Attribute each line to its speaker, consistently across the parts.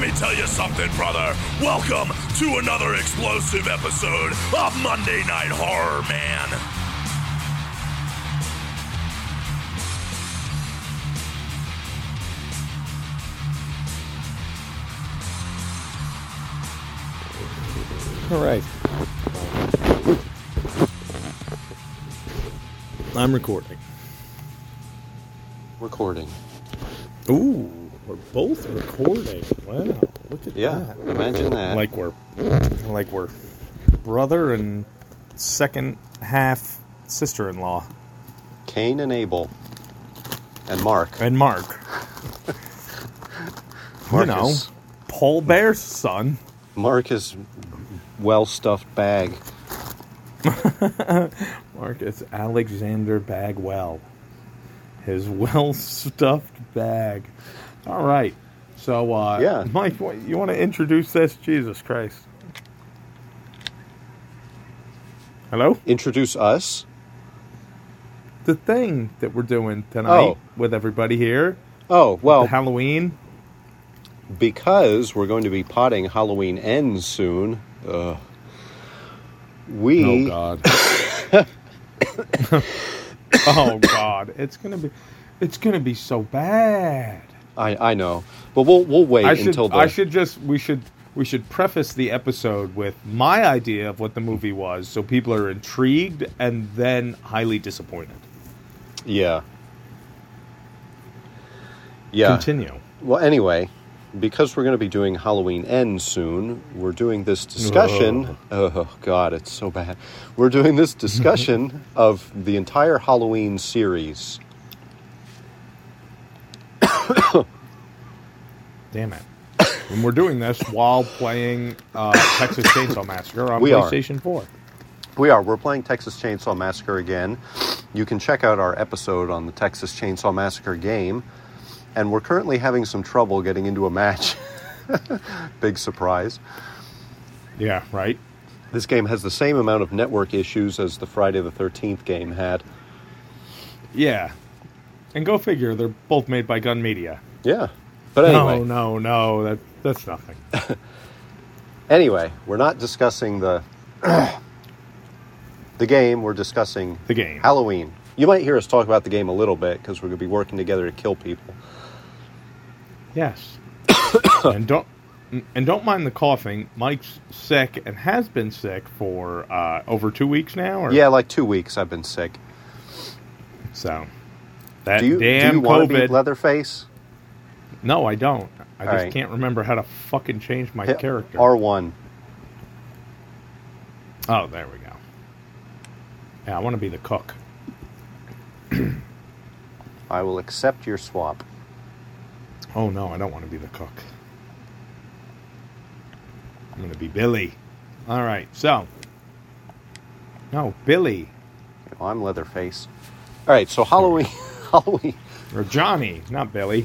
Speaker 1: me tell you something, brother. Welcome to another explosive episode of Monday Night Horror, man.
Speaker 2: All right. I'm recording.
Speaker 3: recording.
Speaker 2: Ooh, we're both recording. Wow, look at
Speaker 3: Yeah, imagine that.
Speaker 2: that. Like we're like we're brother and second half sister-in-law
Speaker 3: Cain and Abel and Mark.
Speaker 2: and Mark. You know,
Speaker 3: Marcus.
Speaker 2: Paul Bear's son.
Speaker 3: Marcus, well stuffed bag.
Speaker 2: Marcus Alexander Bagwell. His well stuffed bag. All right. So, uh,
Speaker 3: Yeah.
Speaker 2: Mike, what, you want to introduce this? Jesus Christ. Hello?
Speaker 3: Introduce us.
Speaker 2: The thing that we're doing tonight
Speaker 3: Oh.
Speaker 2: with everybody here,
Speaker 3: Oh,
Speaker 2: the
Speaker 3: well,
Speaker 2: Halloween.
Speaker 3: because we're going to be potting Halloween ends soon. Uh, we
Speaker 2: God. oh God. It's going to be it's going to be so bad.
Speaker 3: I I know. But we'll we'll wait
Speaker 2: I should,
Speaker 3: until the
Speaker 2: I should just we should we should preface the episode with my idea of what the movie was, so people are intrigued and then highly disappointed.
Speaker 3: Yeah. Yeah.
Speaker 2: Continue.
Speaker 3: Well, anyway, because we're going to be doing Halloween End soon, we're doing this discussion. Oh, God, it's so bad. We're doing this discussion of the entire Halloween series.
Speaker 2: Damn it. and we're doing this while playing uh, Texas Chainsaw Massacre on
Speaker 3: We are.
Speaker 2: PlayStation 4.
Speaker 3: We are. We're playing Texas Chainsaw Massacre again. You can check out our episode on the Texas Chainsaw Massacre game. And we're currently having some trouble getting into a match. Big surprise.
Speaker 2: Yeah, right?
Speaker 3: This game has the same amount of network issues as the Friday the 13th game had.
Speaker 2: Yeah. And go figure, they're both made by Gun Media.
Speaker 3: Yeah. But anyway.
Speaker 2: No, no, no, that that's nothing.
Speaker 3: Anyway, we're not discussing the the game. We're discussing
Speaker 2: The game.
Speaker 3: Halloween. You might hear us talk about the game a little bit because we're going to be working together to kill people.
Speaker 2: Yes. and don't and don't mind the coughing. Mike's sick and has been sick for uh, over two weeks now. Or
Speaker 3: Yeah, like two weeks. I've been sick.
Speaker 2: So that
Speaker 3: Do you,
Speaker 2: damn
Speaker 3: do you want to be
Speaker 2: COVID.
Speaker 3: Leatherface?
Speaker 2: no, I don't. I
Speaker 3: All
Speaker 2: just
Speaker 3: right.
Speaker 2: can't remember how to fucking change my
Speaker 3: Hit
Speaker 2: character.
Speaker 3: R one.
Speaker 2: oh, there we go. Yeah, I want to be the cook.
Speaker 3: I will accept your swap.
Speaker 2: Oh no, I don't want to be the cook. I'm gonna be Billy. All right, so no Billy
Speaker 3: Well, I'm Leatherface. All right. So Halloween. Halloween.
Speaker 2: or Johnny, not Billy.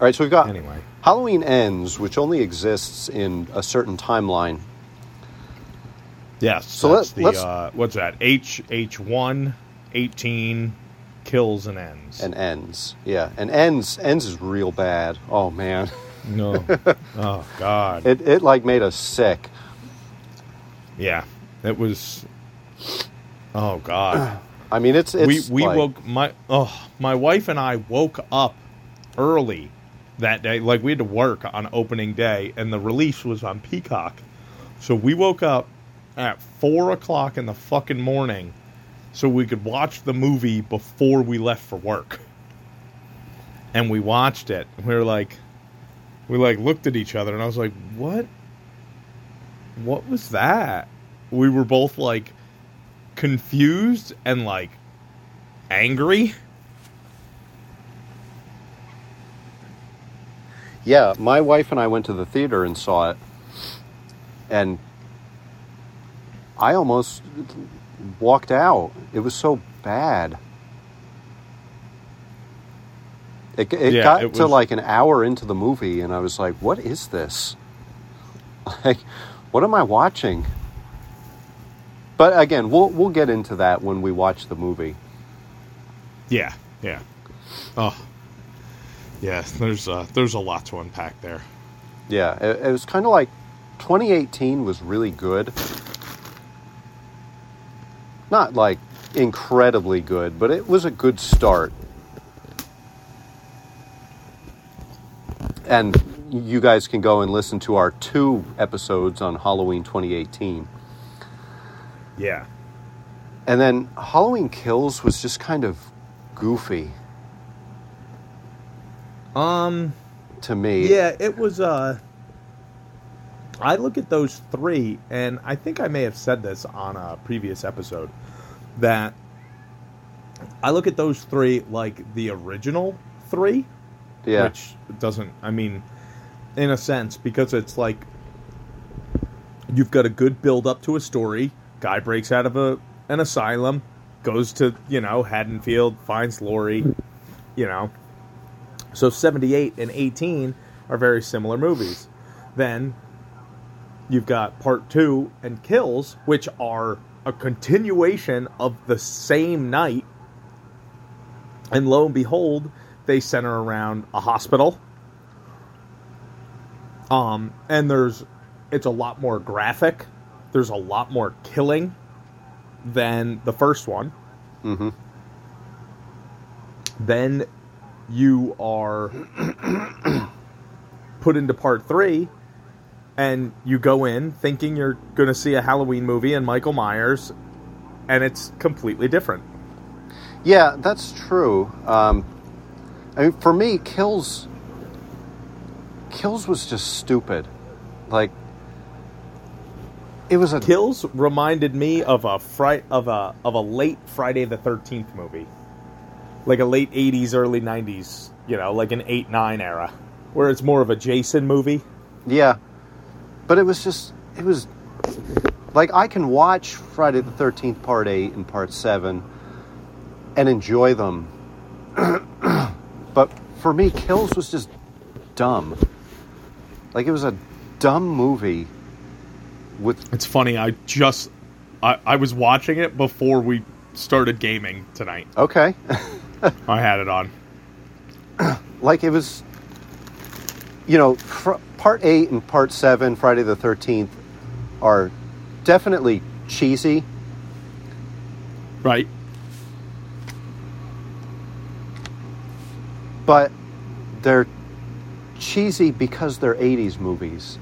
Speaker 3: All right. So we've got
Speaker 2: Anyway.
Speaker 3: Halloween ends, which only exists in a certain timeline.
Speaker 2: Yes.
Speaker 3: So
Speaker 2: that's
Speaker 3: let-
Speaker 2: the
Speaker 3: let's-
Speaker 2: uh, what's that? H H one, 18 kills and ends.
Speaker 3: And ends. Yeah. And ends. Ends is real bad. Oh man.
Speaker 2: no. oh God.
Speaker 3: It, it like made us sick.
Speaker 2: yeah. It was. Oh God.
Speaker 3: I mean, it's it's
Speaker 2: we we
Speaker 3: like-
Speaker 2: woke my oh my wife and I woke up early that day. Like we had to work on opening day, and the release was on Peacock. So we woke up at four o'clock in the fucking morning, so we could watch the movie before we left for work. And we watched it. and We were like, we like looked at each other, and I was like, what? What was that? We were both like confused and like angry.
Speaker 3: yeah. My wife and I went to the theater and saw it, and I almost walked out. It was so bad. It, it
Speaker 2: Yeah,
Speaker 3: got
Speaker 2: it
Speaker 3: to
Speaker 2: was-
Speaker 3: like an hour into the movie, and I was like, "What is this? Like, what am I watching?" But again, we'll we'll get into that when we watch the movie.
Speaker 2: Yeah, yeah. Oh, yeah. There's uh, there's a lot to unpack there.
Speaker 3: Yeah, it, it was kind of like 2018 was really good. Not like incredibly good, but it was a good start. And you guys can go and listen to our two episodes on Halloween 2018.
Speaker 2: Yeah.
Speaker 3: And then Halloween Kills was just kind of goofy
Speaker 2: Um.
Speaker 3: to me.
Speaker 2: Yeah, it was. Uh, I look at those three, and I think I may have said this on a previous episode that I look at those three like the original three,
Speaker 3: Yeah.
Speaker 2: which doesn't. I mean, in a sense, because it's like you've got a good build up to a story. Guy breaks out of a an asylum, goes to you know Haddonfield, finds Lori, you know. So seventy eight and eighteen are very similar movies. Then you've got part two and Kills, which are a continuation of the same night. And lo and behold, they center around a hospital. Um, and there's it's a lot more graphic. There's a lot more killing than the first one.
Speaker 3: Mhm.
Speaker 2: Then you are put into part three, and you go in thinking you're going to see a Halloween movie and Michael Myers, and it's completely different.
Speaker 3: Yeah, that's true. Um, I mean, for me, kills kills was just stupid. Like it was a
Speaker 2: Kills reminded me of a fri- of a of a late Friday the Thirteenth movie, like a late '80s, early '90s. You know, like an eight nine era, where it's more of a Jason movie.
Speaker 3: yeah, but it was just it was like I can watch Friday the Thirteenth Part Eight and Part Seven and enjoy them, but for me, kills was just dumb. Like it was a dumb movie with
Speaker 2: It's funny. I just I, I was watching it before we started gaming tonight.
Speaker 3: okay.
Speaker 2: I had it on.
Speaker 3: like it was you know fr- part 8 and part 7 friday the 13th are definitely cheesy
Speaker 2: Right.
Speaker 3: but they're cheesy because they're 80s movies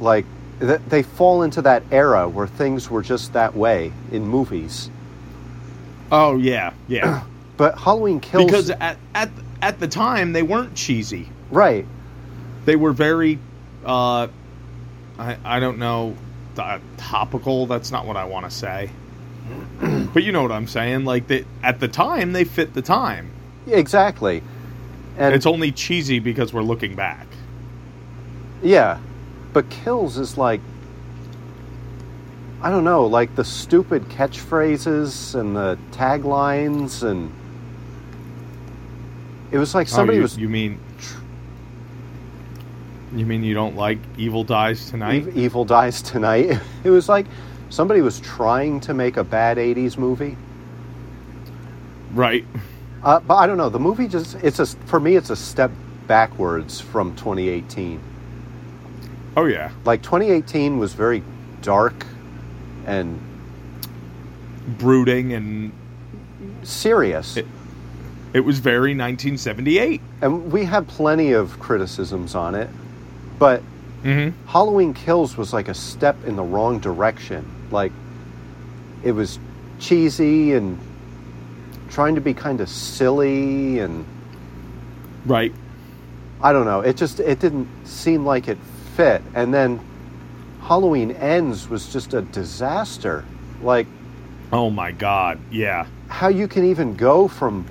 Speaker 3: like th- they fall into that era where things were just that way in movies
Speaker 2: Oh yeah, yeah.
Speaker 3: but halloween kills
Speaker 2: because at at at the time they weren't cheesy.
Speaker 3: right
Speaker 2: They were very, uh, I I don't know, uh, topical. That's not what I want to say. but you know what I'm saying. Like they, at the time they fit the time.
Speaker 3: exactly and
Speaker 2: It's only cheesy because we're looking back.
Speaker 3: Yeah, but kills is like I don't know, like the stupid catchphrases and the taglines and it was like
Speaker 2: oh,
Speaker 3: somebody
Speaker 2: you,
Speaker 3: was
Speaker 2: you mean you mean you don't like Evil Dies Tonight?
Speaker 3: "Ev- evil dies tonight. It was like somebody was trying to make a bad 80s movie.
Speaker 2: right.
Speaker 3: Uh, but I don't know, the movie just it's a for me it's a step backwards from 2018.
Speaker 2: Oh yeah.
Speaker 3: Like 2018 was very dark and
Speaker 2: Brooding and
Speaker 3: serious.
Speaker 2: It- it was very 1978.
Speaker 3: and we had plenty of criticisms on it, but
Speaker 2: Mm-hmm.
Speaker 3: Halloween Kills was like a step in the wrong direction. Like, it was cheesy and trying to be kind of silly, and
Speaker 2: Right.
Speaker 3: I don't know. It just it didn't seem like it fit. And then Halloween Ends was just a disaster. Like,
Speaker 2: Oh my God! Yeah,
Speaker 3: how you can even go from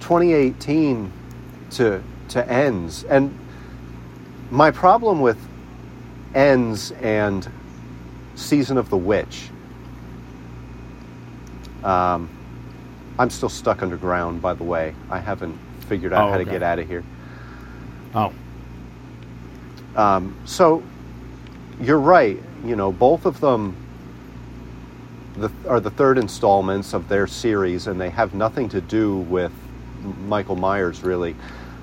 Speaker 3: 2018 to to ends and my problem with ends and season of the witch um, i'm still stuck underground by the way i haven't figured out
Speaker 2: Oh,
Speaker 3: how to
Speaker 2: okay.
Speaker 3: get out of here
Speaker 2: Oh,
Speaker 3: Um, so you're right. You know, both of them the, are the third installments of their series, and they have nothing to do with M- Michael Myers, really.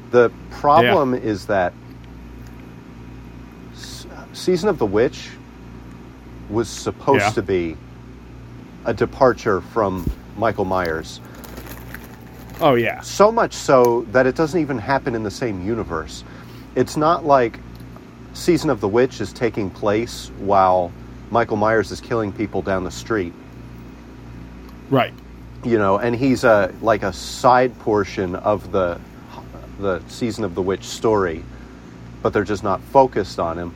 Speaker 3: The problem is that Season of the Witch was supposed
Speaker 2: Yeah.
Speaker 3: to be a departure from Michael Myers.
Speaker 2: Oh yeah.
Speaker 3: So much so that it doesn't even happen in the same universe. It's not like Season of the Witch is taking place while Michael Myers is killing people down the street.
Speaker 2: Right.
Speaker 3: You know, and he's a like a side portion of the the Season of the Witch story, but they're just not focused on him.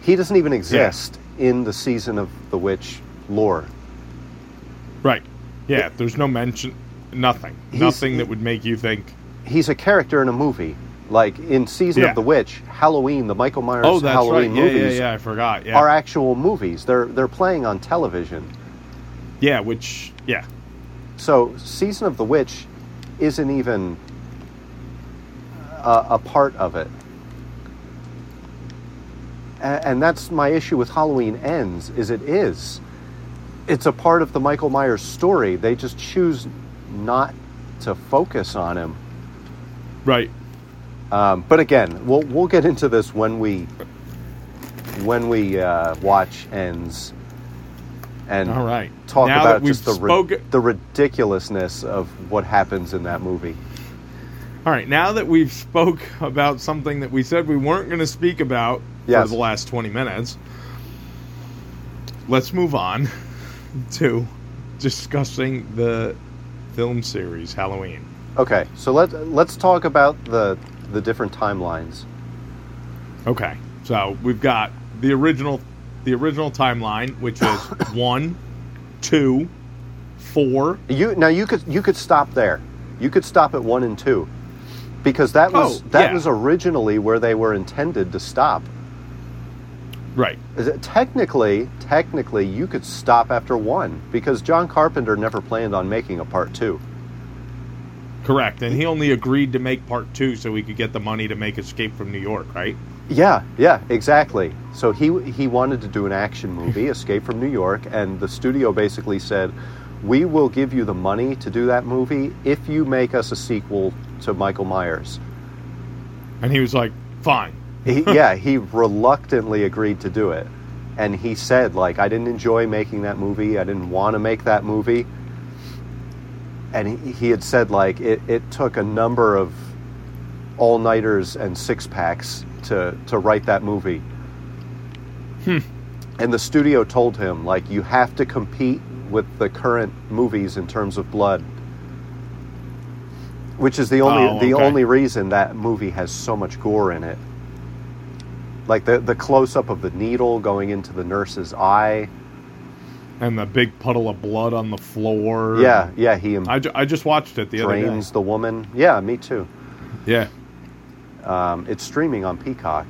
Speaker 3: He doesn't even exist in the Season of the Witch lore.
Speaker 2: Right. Yeah. There's no mention. Nothing.
Speaker 3: He's-
Speaker 2: nothing that would make you think.
Speaker 3: he's a character in a movie. Like in Season
Speaker 2: Yeah.
Speaker 3: of the Witch, Halloween, the Michael Myers
Speaker 2: Oh, that's
Speaker 3: Halloween
Speaker 2: right. Yeah, yeah,
Speaker 3: movies
Speaker 2: yeah. I forgot. Yeah.
Speaker 3: are actual movies. They're they're playing on television.
Speaker 2: Yeah. Which. Yeah.
Speaker 3: So Season of the Witch isn't even a, a part of it. And, and that's my issue with Halloween Ends is it is. It's a part of the Michael Myers story. They just choose not to focus on him.
Speaker 2: Right.
Speaker 3: Um, but again, we'll we'll get into this when we when we uh, watch ends and
Speaker 2: All right.
Speaker 3: talk
Speaker 2: Now that
Speaker 3: about
Speaker 2: we've
Speaker 3: just the ri-
Speaker 2: spoke-
Speaker 3: the ridiculousness of what happens in that movie.
Speaker 2: All right. Now that we've spoke about something that we said we weren't going to speak about
Speaker 3: Yes.
Speaker 2: for the last 20 minutes, let's move on to discussing the film series Halloween.
Speaker 3: Okay, so let let's talk about the the different timelines.
Speaker 2: Okay. So we've got the original the original timeline, which was one, two, four.
Speaker 3: You now you could you could stop there. You could stop at one and two, because that was
Speaker 2: Oh,
Speaker 3: that
Speaker 2: yeah.
Speaker 3: was originally where they were intended to stop.
Speaker 2: Right.
Speaker 3: Is it- Technically, technically, you could stop after one because John Carpenter never planned on making a part two.
Speaker 2: Correct. And he only agreed to make part two so he could get the money to make Escape from New York, right?
Speaker 3: Yeah, yeah, exactly. So he he wanted to do an action movie, Escape from New York, and the studio basically said, "We will give you the money to do that movie if you make us a sequel to Michael Myers."
Speaker 2: And he was like, fine.
Speaker 3: he, yeah, he reluctantly agreed to do it. And he said, like, I didn't enjoy making that movie. I didn't want to make that movie. And he, he had said, like, it, it took a number of all nighters and six packs to, to write that movie.
Speaker 2: Hmm.
Speaker 3: And the studio told him, like, you have to compete with the current movies in terms of blood. Which is the only
Speaker 2: Oh,
Speaker 3: the
Speaker 2: okay.
Speaker 3: only reason that movie has so much gore in it like the the close up of the needle going into the nurse's eye.
Speaker 2: And the big puddle of blood on the floor.
Speaker 3: Yeah, yeah, he
Speaker 2: I, ju- I just watched it the
Speaker 3: drains the woman. Yeah, me too.
Speaker 2: other day. Yeah.
Speaker 3: Um, it's streaming on Peacock.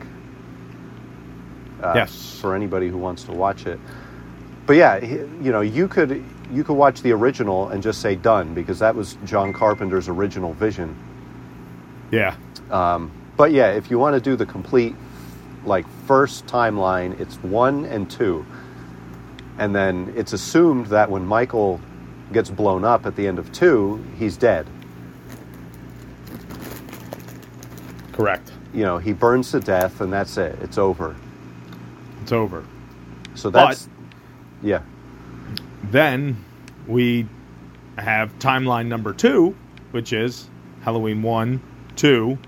Speaker 3: Uh,
Speaker 2: Yes.
Speaker 3: for anybody who wants to watch it. But yeah, he- you know, you could you could watch the original and just say done because that was John Carpenter's original vision.
Speaker 2: Yeah.
Speaker 3: Um, but yeah, if you want to do the complete, like first timeline, it's one and two, and then it's assumed that when Michael gets blown up at the end of two, he's dead.
Speaker 2: Correct.
Speaker 3: You know, he burns to death, and that's it. It's over.
Speaker 2: It's over.
Speaker 3: So that's yeah,
Speaker 2: Then we have timeline number two, which is Halloween one, two,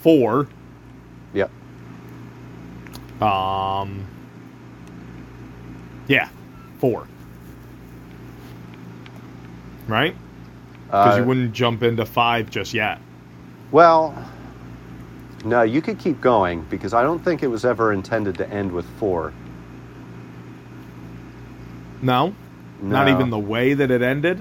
Speaker 2: four,
Speaker 3: yeah.
Speaker 2: Um. Yeah, four. Right? Because
Speaker 3: Uh,
Speaker 2: you wouldn't jump into five just yet.
Speaker 3: well, no, you could keep going because I don't think it was ever intended to end with four.
Speaker 2: No? Not
Speaker 3: No.
Speaker 2: even the way that it ended.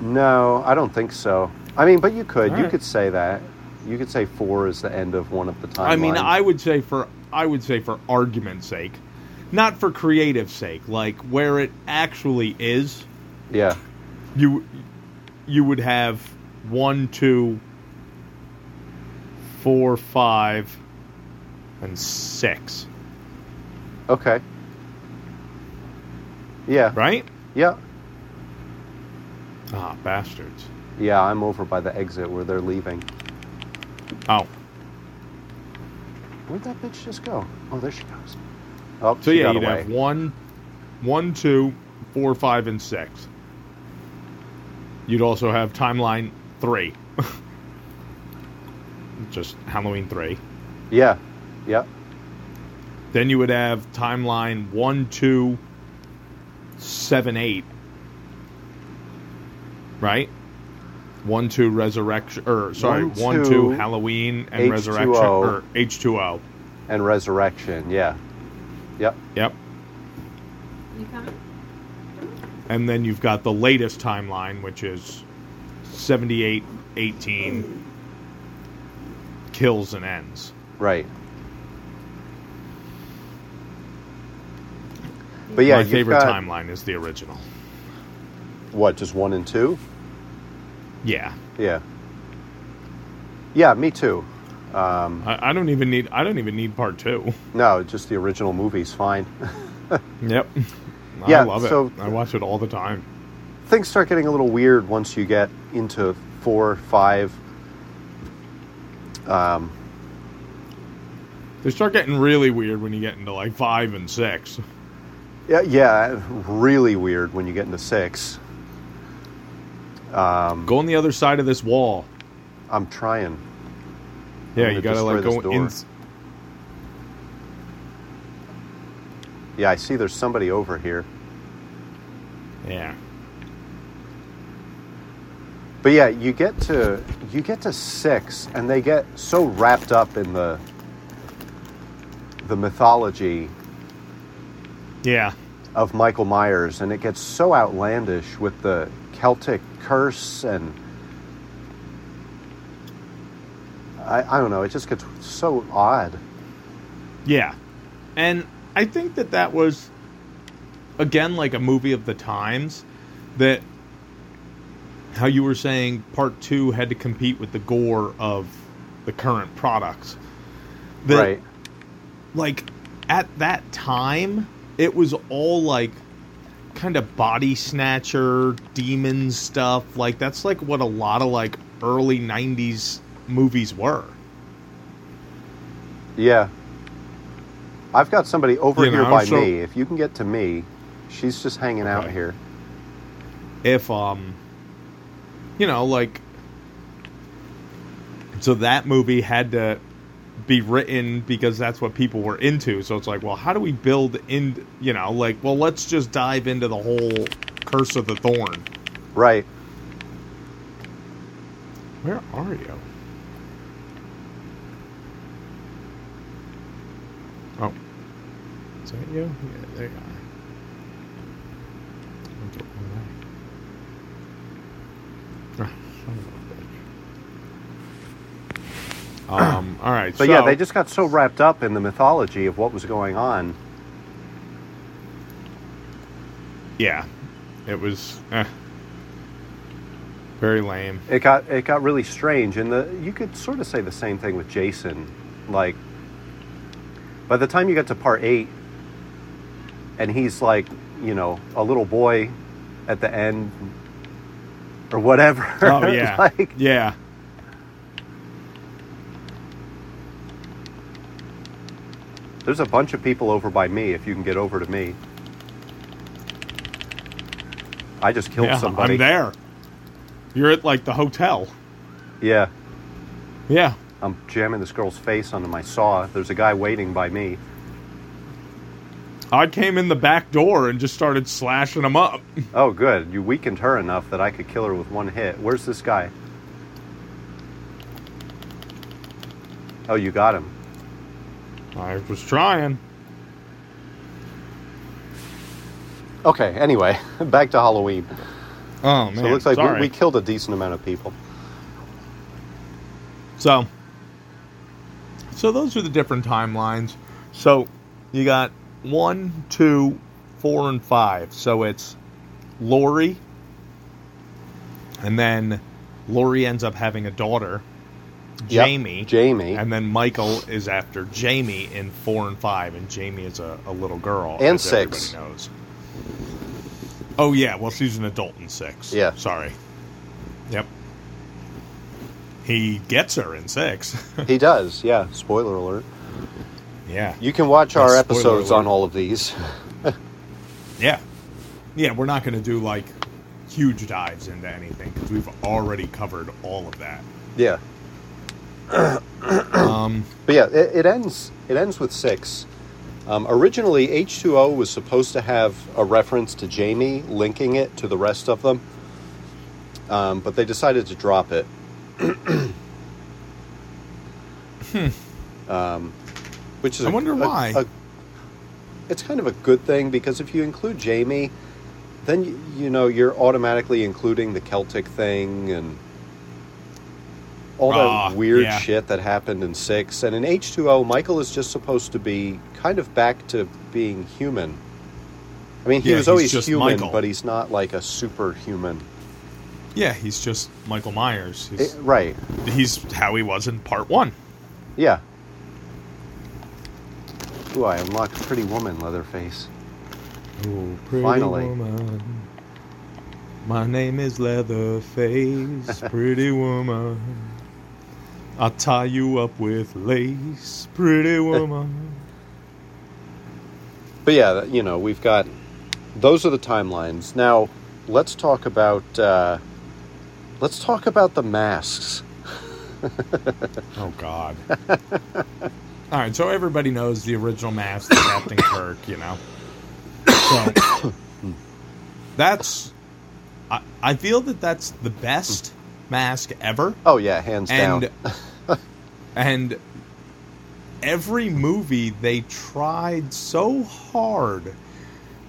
Speaker 3: No, I don't think so. I mean, but you could.
Speaker 2: All
Speaker 3: you
Speaker 2: right.
Speaker 3: could say that. You could say four is the end of one of the timelines.
Speaker 2: I mean, I would say for I would say for argument's sake, not for creative sake, like where it actually is,
Speaker 3: yeah.
Speaker 2: you you would have one, two, four, five, and six.
Speaker 3: Okay. Yeah.
Speaker 2: Right?
Speaker 3: Yeah.
Speaker 2: Ah, bastards.
Speaker 3: Yeah, I'm over by the exit where they're leaving.
Speaker 2: Oh.
Speaker 3: Where'd that bitch just go? Oh, there she goes. Oh,
Speaker 2: So
Speaker 3: she
Speaker 2: yeah,
Speaker 3: got
Speaker 2: you'd
Speaker 3: away.
Speaker 2: have one, one, two, four, five, and six. You'd also have timeline three, just Halloween three.
Speaker 3: Yeah, yeah.
Speaker 2: Then you would have timeline one, two, seven, eight. Right, one, two, resurrection, or sorry,
Speaker 3: One,
Speaker 2: one, two,
Speaker 3: two,
Speaker 2: Halloween and
Speaker 3: H2O.
Speaker 2: resurrection, or H two O.
Speaker 3: And resurrection. Yeah, yep.
Speaker 2: Yep.
Speaker 4: You coming?
Speaker 2: and then you've got the latest timeline, which is 78 18 kills and ends.
Speaker 3: Right. But yeah,
Speaker 2: My
Speaker 3: you've
Speaker 2: favorite
Speaker 3: got-
Speaker 2: timeline is the original.
Speaker 3: What? Just one and two?
Speaker 2: Yeah,
Speaker 3: Yeah. Yeah, me too. Um,
Speaker 2: I, I don't even need. I don't even need part two.
Speaker 3: no, just the original movie's fine.
Speaker 2: Yep.
Speaker 3: Yeah,
Speaker 2: I love it.
Speaker 3: so-
Speaker 2: I watch it all the time.
Speaker 3: Things start getting a little weird once you get into four, five. Um,
Speaker 2: They start getting really weird when you get into like five and six.
Speaker 3: yeah, yeah, really weird when you get into six. Um,
Speaker 2: Go on the other side of this wall.
Speaker 3: I'm trying.
Speaker 2: Yeah,
Speaker 3: I'm
Speaker 2: you
Speaker 3: gonna
Speaker 2: gotta like
Speaker 3: destroy
Speaker 2: go
Speaker 3: this
Speaker 2: in.
Speaker 3: door. Yeah, I see there's somebody over here.
Speaker 2: Yeah.
Speaker 3: But yeah, you get to you get to six, and they get so wrapped up in the the mythology
Speaker 2: Yeah.
Speaker 3: of Michael Myers, and it gets so outlandish with the Celtic curse, and I, I don't know, it just gets so odd.
Speaker 2: Yeah. And I think that that was, again, like a movie of the times that how you were saying part two had to compete with the gore of the current products. That,
Speaker 3: right?
Speaker 2: Like, at that time, it was all like kind of body snatcher, demon stuff. Like, that's like what a lot of like early 90s movies were.
Speaker 3: Yeah. I've got somebody over
Speaker 2: You
Speaker 3: here
Speaker 2: know,
Speaker 3: by
Speaker 2: so-
Speaker 3: me. If you can get to me, she's just hanging out
Speaker 2: Okay.
Speaker 3: here.
Speaker 2: if um you know like so that movie had to be written because that's what people were into so it's like well how do we build in you know like well let's just dive into the whole curse of the thorn
Speaker 3: Right.
Speaker 2: where are you oh is that you yeah there you are Ah, son of a bitch. um all right
Speaker 3: But
Speaker 2: so
Speaker 3: yeah, they just got so wrapped up in the mythology of what was going on.
Speaker 2: yeah it was eh, very lame
Speaker 3: It got it got really strange, and the you could sort of say the same thing with Jason. Like, by the time you get to part eight, and he's like, you know, a little boy at the end, or whatever.
Speaker 2: oh yeah
Speaker 3: like,
Speaker 2: yeah
Speaker 3: there's a bunch of people over by me. If you can get over to me, I just killed
Speaker 2: yeah
Speaker 3: somebody.
Speaker 2: i'm there you're at like the hotel
Speaker 3: Yeah,
Speaker 2: yeah
Speaker 3: I'm jamming this girl's face onto my saw. There's a guy waiting by me.
Speaker 2: I came in the back door and just started slashing them up.
Speaker 3: Oh, good. You weakened her enough that I could kill her with one hit. Where's this guy? Oh, you got him.
Speaker 2: I was trying.
Speaker 3: Okay, anyway, back to Halloween.
Speaker 2: Oh man,
Speaker 3: so it looks like
Speaker 2: sorry.
Speaker 3: we, we killed a decent amount of people.
Speaker 2: so. So those are the different timelines. So you got one, two, four, and five. So it's Lori, and then Lori ends up having a daughter,
Speaker 3: Yep,
Speaker 2: Jamie.
Speaker 3: Jamie.
Speaker 2: And then Michael is after Jamie in four and five, and Jamie is a, a little girl.
Speaker 3: And
Speaker 2: as
Speaker 3: six.
Speaker 2: Everybody knows. Oh yeah, well she's an adult in six.
Speaker 3: Yeah.
Speaker 2: Sorry. Yep. He gets her in six.
Speaker 3: he does, yeah. Spoiler alert.
Speaker 2: Yeah.
Speaker 3: You can watch our
Speaker 2: Spoiler
Speaker 3: episodes
Speaker 2: alert.
Speaker 3: on all of these.
Speaker 2: Yeah. Yeah, we're not going to do like huge dives into anything because we've already covered all of that.
Speaker 3: yeah.
Speaker 2: Um,
Speaker 3: But yeah, it, it ends. It ends with six. Um, originally, H two O was supposed to have a reference to Jamie linking it to the rest of them, um, but they decided to drop it. um, which is
Speaker 2: I
Speaker 3: a-
Speaker 2: wonder
Speaker 3: a-
Speaker 2: why.
Speaker 3: a- it's kind of a good thing because if you include Jamie, then you, you know you're automatically including the Celtic thing and all
Speaker 2: Ah,
Speaker 3: that weird
Speaker 2: yeah.
Speaker 3: shit that happened in six. And in H two O, Michael is just supposed to be kind of back to being human. I mean, he
Speaker 2: Yeah,
Speaker 3: was
Speaker 2: he's
Speaker 3: always
Speaker 2: just
Speaker 3: human,
Speaker 2: Michael.
Speaker 3: but he's not like a superhuman,
Speaker 2: yeah, he's just Michael Myers.
Speaker 3: It-
Speaker 2: He's,
Speaker 3: right?
Speaker 2: he's how he was in part one.
Speaker 3: Yeah. Ooh, I unlocked Pretty Woman, Leatherface.
Speaker 2: Oh, pretty
Speaker 3: Finally.
Speaker 2: woman. My name is Leatherface, pretty woman. I'll tie you up with lace, pretty woman.
Speaker 3: But yeah, that- you know, we've got those are the timelines. Now, let's talk about uh, let's talk about the masks.
Speaker 2: oh, God. All right, so everybody knows the original mask, of Captain Kirk, you know. So, that's. I, I feel that that's the best mask ever.
Speaker 3: Oh yeah, hands
Speaker 2: and
Speaker 3: down.
Speaker 2: and every movie they tried so hard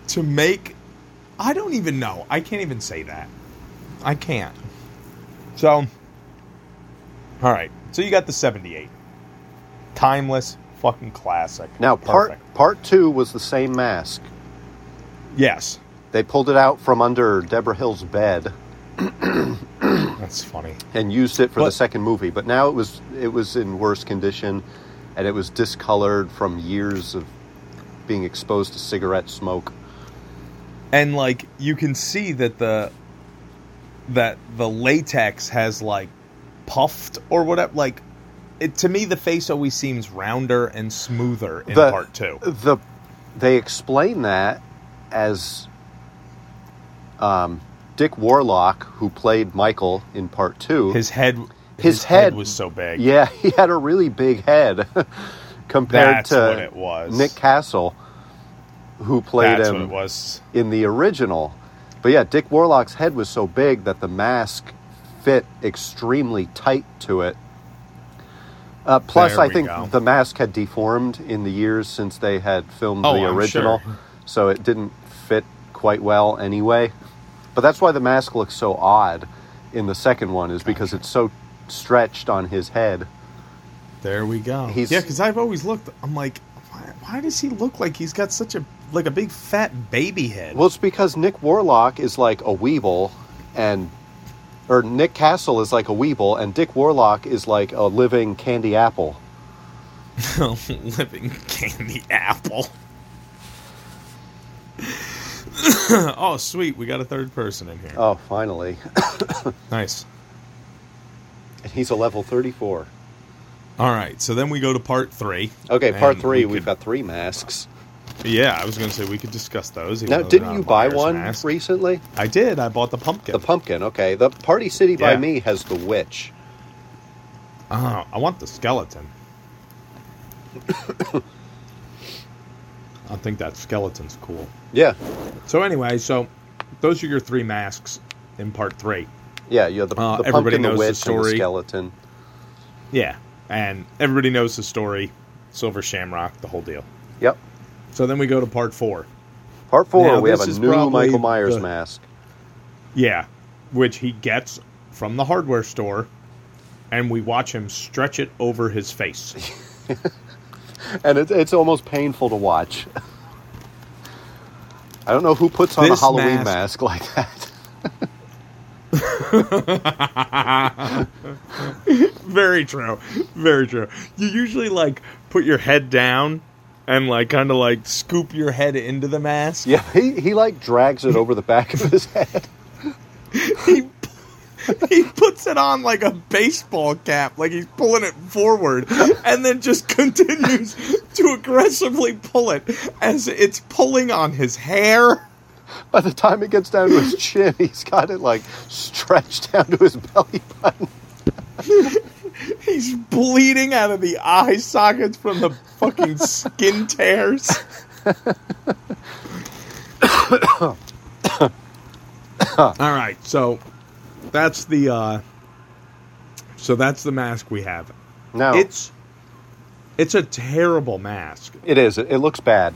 Speaker 2: to make I don't even know. I can't even say that. I can't. So all right. So you got the 78. Timeless fucking classic.
Speaker 3: Now, part
Speaker 2: Perfect.
Speaker 3: part two was the same mask.
Speaker 2: Yes.
Speaker 3: They pulled it out from under Deborah Hill's bed
Speaker 2: That's funny.
Speaker 3: and used it for the
Speaker 2: But-
Speaker 3: second movie. But now it was it was in worse condition, and it was discolored from years of being exposed to cigarette smoke.
Speaker 2: and like you can see that the that the latex has like puffed or whatever like it, to me the face always seems rounder and smoother in
Speaker 3: The-
Speaker 2: part two
Speaker 3: the they explain that as um, Dick Warlock, who played Michael in part two.
Speaker 2: his head
Speaker 3: his head-
Speaker 2: was so big
Speaker 3: yeah, he had a really big head compared
Speaker 2: That's
Speaker 3: to
Speaker 2: what it was.
Speaker 3: Nick Castle, who played
Speaker 2: that's what it
Speaker 3: him
Speaker 2: was
Speaker 3: in the original. But yeah, Dick Warlock's head was so big that the mask fit extremely tight to it. Uh, plus,
Speaker 2: There
Speaker 3: I
Speaker 2: we
Speaker 3: think
Speaker 2: go.
Speaker 3: the mask had deformed in the years since they had filmed
Speaker 2: Oh,
Speaker 3: the
Speaker 2: I'm
Speaker 3: original,
Speaker 2: sure.
Speaker 3: so it didn't fit quite well anyway. But that's why the mask looks so odd in the second one, is because it's so stretched on his head.
Speaker 2: there we go
Speaker 3: He's-
Speaker 2: yeah because i've always looked i'm like why, why does he look like he's got such a like a big fat baby head
Speaker 3: Well, it's because Nick Warlock is like a Weevil, and or Nick Castle is like a Weevil, and Dick Warlock is like a living candy apple.
Speaker 2: living candy apple. oh, sweet. We got a third person in here.
Speaker 3: Oh, finally,
Speaker 2: nice.
Speaker 3: and he's a level thirty-four.
Speaker 2: All right. So then we go to part three.
Speaker 3: Okay, part
Speaker 2: And
Speaker 3: three.
Speaker 2: we
Speaker 3: We have
Speaker 2: could-
Speaker 3: got three masks.
Speaker 2: Yeah, I was going to say we could discuss those. even
Speaker 3: Now,
Speaker 2: though they're
Speaker 3: didn't
Speaker 2: not
Speaker 3: you
Speaker 2: a
Speaker 3: buy
Speaker 2: buyer's
Speaker 3: one
Speaker 2: mask.
Speaker 3: recently?
Speaker 2: I did. I bought the pumpkin.
Speaker 3: The pumpkin. Okay, the Party City by
Speaker 2: Yeah.
Speaker 3: me has the witch.
Speaker 2: Oh, I want the skeleton. I think that skeleton's cool.
Speaker 3: Yeah,
Speaker 2: So anyway, so those are your three masks in part three.
Speaker 3: yeah. You have the,
Speaker 2: Uh,
Speaker 3: the
Speaker 2: everybody
Speaker 3: pumpkin, the
Speaker 2: knows the
Speaker 3: witch, and the
Speaker 2: story.
Speaker 3: skeleton.
Speaker 2: Yeah, and everybody knows the story, Silver Shamrock, the whole deal.
Speaker 3: Yep.
Speaker 2: So then we go to part four.
Speaker 3: Part four.
Speaker 2: Now,
Speaker 3: we have
Speaker 2: this
Speaker 3: a
Speaker 2: is
Speaker 3: new
Speaker 2: probably
Speaker 3: Michael Myers
Speaker 2: the-
Speaker 3: mask.
Speaker 2: Yeah, which he gets from the hardware store, and we watch him stretch it over his face.
Speaker 3: and it, it's almost painful to watch. I don't know who puts on
Speaker 2: This
Speaker 3: a Halloween
Speaker 2: mask-
Speaker 3: mask, like that.
Speaker 2: Very true. Very true. You usually like put your head down and like kind of like scoop your head into the mask.
Speaker 3: Yeah, he, he like drags it over the back of his head.
Speaker 2: He he puts it on like a baseball cap, like he's pulling it forward, and then just continues to aggressively pull it as it's pulling on his hair.
Speaker 3: By the time it gets down to his chin, he's got it like stretched down to his belly button.
Speaker 2: He's bleeding out of the eye sockets from the fucking skin tears. All right, so that's the uh so that's the mask we have.
Speaker 3: No, it's
Speaker 2: It's it's a terrible mask.
Speaker 3: it is. It, it looks bad.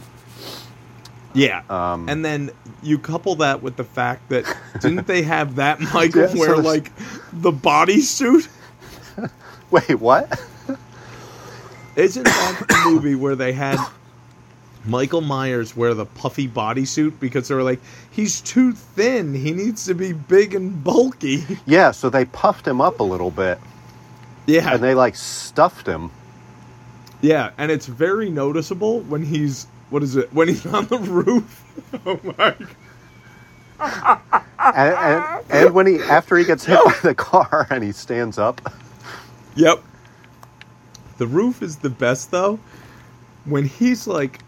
Speaker 2: Yeah.
Speaker 3: Um,
Speaker 2: and then you couple that with the fact that didn't they have that Michael
Speaker 3: Yeah, so
Speaker 2: wear
Speaker 3: there's-
Speaker 2: like the bodysuit?
Speaker 3: Wait, what?
Speaker 2: Isn't that the movie where they had Michael Myers wear the puffy bodysuit because they were like, he's too thin. He needs to be big and bulky.
Speaker 3: Yeah, so they puffed him up a little bit,
Speaker 2: Yeah.
Speaker 3: and they like stuffed him.
Speaker 2: yeah. And it's very noticeable when he's, what is it, when he's on the roof. oh my God.
Speaker 3: and, and, and when he after he gets hit by the car and he stands up
Speaker 2: Yep. The roof is the best though. When he's like,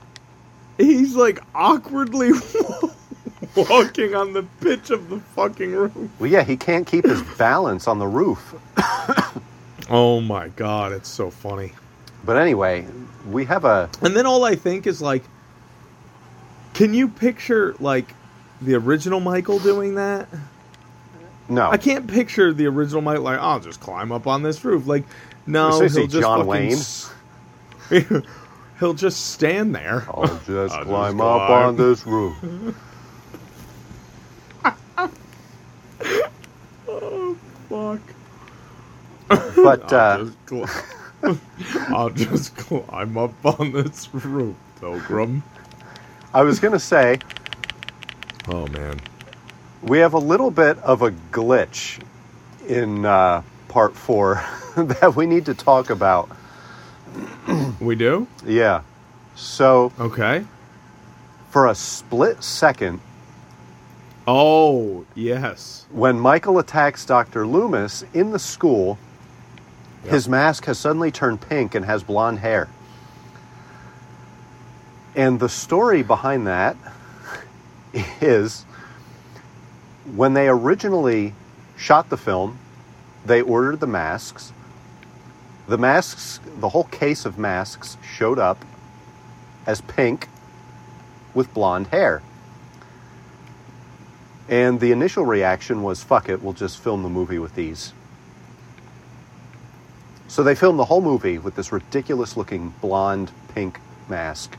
Speaker 2: he's like awkwardly walking on the pitch of the fucking roof.
Speaker 3: well yeah he can't keep his balance on the roof
Speaker 2: Oh my god, it's so funny.
Speaker 3: but anyway we have a
Speaker 2: And then all I think is like, can you picture like the original Michael doing that?
Speaker 3: no
Speaker 2: I can't picture the original Michael like, I'll just climb up on this roof. Like, no,
Speaker 3: Is this
Speaker 2: he'll
Speaker 3: a
Speaker 2: just
Speaker 3: John
Speaker 2: fucking
Speaker 3: Wayne?
Speaker 2: s- he'll just stand there.
Speaker 3: i'll just
Speaker 2: I'll
Speaker 3: climb
Speaker 2: just
Speaker 3: up
Speaker 2: climb.
Speaker 3: on this roof
Speaker 2: Oh fuck.
Speaker 3: but
Speaker 2: I'll,
Speaker 3: uh,
Speaker 2: just cl- I'll just climb up on this roof, Pilgrim.
Speaker 3: i was gonna say
Speaker 2: Oh man.
Speaker 3: we have a little bit of a glitch in uh, part four that we need to talk about
Speaker 2: We do?
Speaker 3: yeah so
Speaker 2: Okay.
Speaker 3: for a split second
Speaker 2: Oh, yes.
Speaker 3: when Michael attacks Dr. Loomis in the school,
Speaker 2: Yep.
Speaker 3: his mask has suddenly turned pink and has blonde hair. And the story behind that is when they originally shot the film, they ordered the masks. The masks, the whole case of masks showed up as pink with blonde hair. And the initial reaction was, fuck it, we'll just film the movie with these. So they filmed the whole movie with this ridiculous looking blonde pink mask.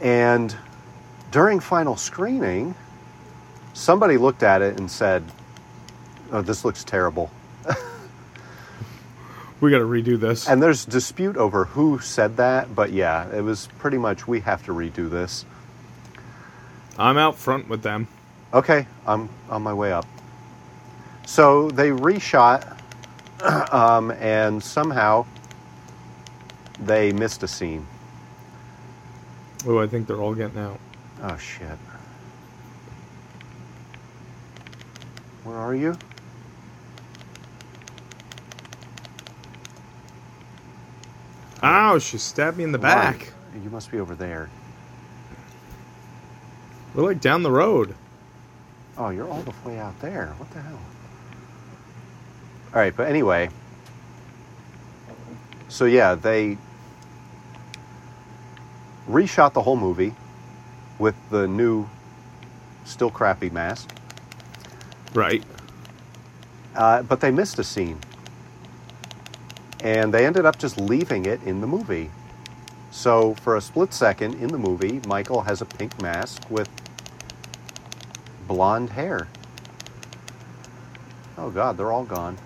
Speaker 3: And during final screening, somebody looked at it and said, oh, this looks terrible.
Speaker 2: We gotta redo this.
Speaker 3: And there's dispute over who said that, but yeah, it was pretty much, we have to redo this.
Speaker 2: I'm out front with them.
Speaker 3: Okay, I'm on my way up. So they reshot, um, and somehow they missed a scene.
Speaker 2: Oh, I think they're all getting out.
Speaker 3: Oh shit! Where are you?
Speaker 2: Ow, she stabbed me in the back.
Speaker 3: Why? You must be over there.
Speaker 2: We're like down the road.
Speaker 3: Oh, you're all the way out there. What the hell? All right, but anyway. So yeah, they reshot the whole movie with the new, still crappy mask,
Speaker 2: Right.
Speaker 3: uh, but they missed a scene, and they ended up just leaving it in the movie. So for a split second in the movie, Michael has a pink mask with blonde hair. Oh God, they're all gone.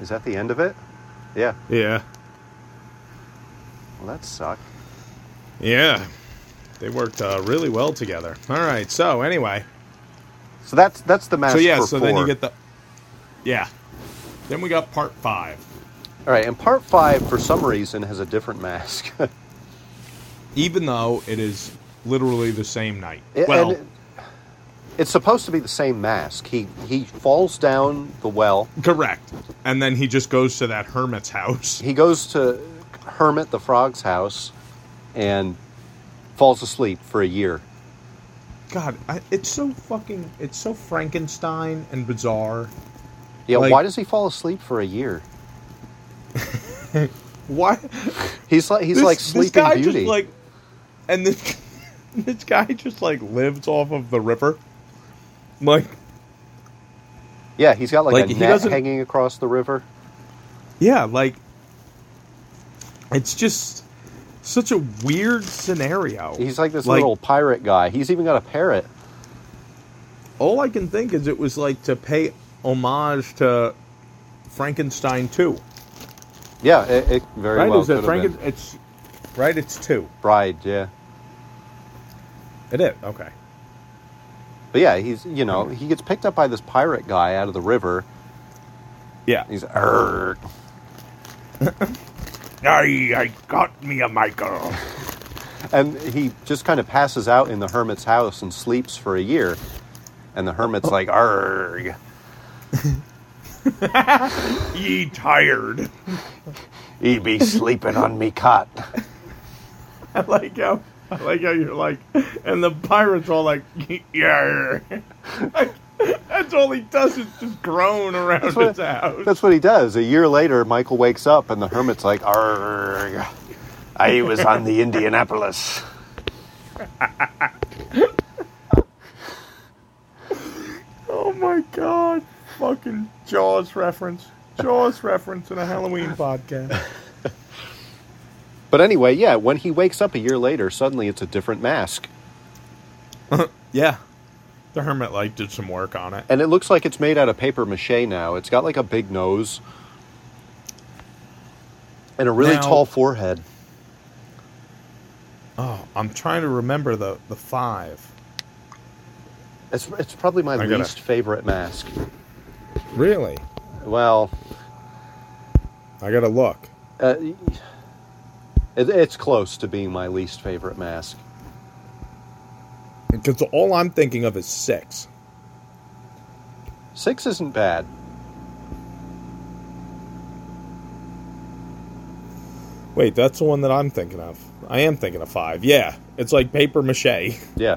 Speaker 3: Is that the end of it? Yeah.
Speaker 2: Yeah.
Speaker 3: Well, that sucked.
Speaker 2: Yeah. They worked uh, really well together. All right. So anyway,
Speaker 3: So that's that's the mask.
Speaker 2: so yeah.
Speaker 3: for
Speaker 2: So then you
Speaker 3: four.
Speaker 2: get the yeah. Then we got part five.
Speaker 3: all right. And part five, for some reason, has a different mask.
Speaker 2: even though it is literally the same night.
Speaker 3: It-
Speaker 2: well,
Speaker 3: and it- It's supposed to be the same mask. He he falls down the well.
Speaker 2: Correct. And then he just goes to that hermit's house.
Speaker 3: He goes to Hermit the Frog's house and falls asleep for a year.
Speaker 2: God, I, it's so fucking. It's so Frankenstein and bizarre.
Speaker 3: Yeah,
Speaker 2: Like-
Speaker 3: why does he fall asleep for a year?
Speaker 2: Why?
Speaker 3: He's like he's
Speaker 2: this-
Speaker 3: like
Speaker 2: this
Speaker 3: Sleeping
Speaker 2: guy
Speaker 3: Beauty.
Speaker 2: Just like, and this this guy just like lives off of the river. Like,
Speaker 3: yeah, he's got like,
Speaker 2: like,
Speaker 3: a
Speaker 2: he
Speaker 3: net
Speaker 2: doesn't-
Speaker 3: hanging across the river.
Speaker 2: yeah, like it's just such a weird scenario.
Speaker 3: He's like this little pirate guy. He's even got a parrot.
Speaker 2: all I can think is it was like to pay homage to Frankenstein two.
Speaker 3: Yeah, it, it very
Speaker 2: Right?
Speaker 3: well
Speaker 2: is it
Speaker 3: could have been.
Speaker 2: Franken? It's right. It's two.
Speaker 3: bride. Yeah,
Speaker 2: It is okay.
Speaker 3: but yeah, he's you know he gets picked up by this pirate guy out of the river.
Speaker 2: Yeah.
Speaker 3: He's "Arrgh."
Speaker 1: I, I got me a Michael.
Speaker 3: and he just kind of passes out in the hermit's house and sleeps for a year. And the hermit's like, "Arg,
Speaker 1: Ye tired.
Speaker 3: he be sleeping on me cot."
Speaker 2: I like how I like how you're like, and the pirates all like, yeah. That's all he does is just groan around
Speaker 3: what-
Speaker 2: his house.
Speaker 3: That's what he does. A year later, Michael wakes up, and the hermit's like, "Arg, I was on the Indianapolis."
Speaker 2: Oh my god! Fucking Jaws reference. Jaws reference in a Halloween podcast.
Speaker 3: But anyway, yeah, when he wakes up a year later, suddenly it's a different mask,
Speaker 2: Yeah. The hermit like did some work on it.
Speaker 3: and it looks like it's made out of paper mache now. It's got like a big nose and a really
Speaker 2: Now-
Speaker 3: tall forehead.
Speaker 2: Oh, I'm trying to remember the the five.
Speaker 3: It's, it's probably my
Speaker 2: I gotta-
Speaker 3: least favorite mask.
Speaker 2: Really?
Speaker 3: Well,
Speaker 2: I gotta look.
Speaker 3: uh, it, it's close to being my least favorite mask.
Speaker 2: Because all I'm thinking of is six.
Speaker 3: Six isn't bad.
Speaker 2: Wait, that's the one that I'm thinking of. I am thinking of five. Yeah, it's like paper mache.
Speaker 3: Yeah.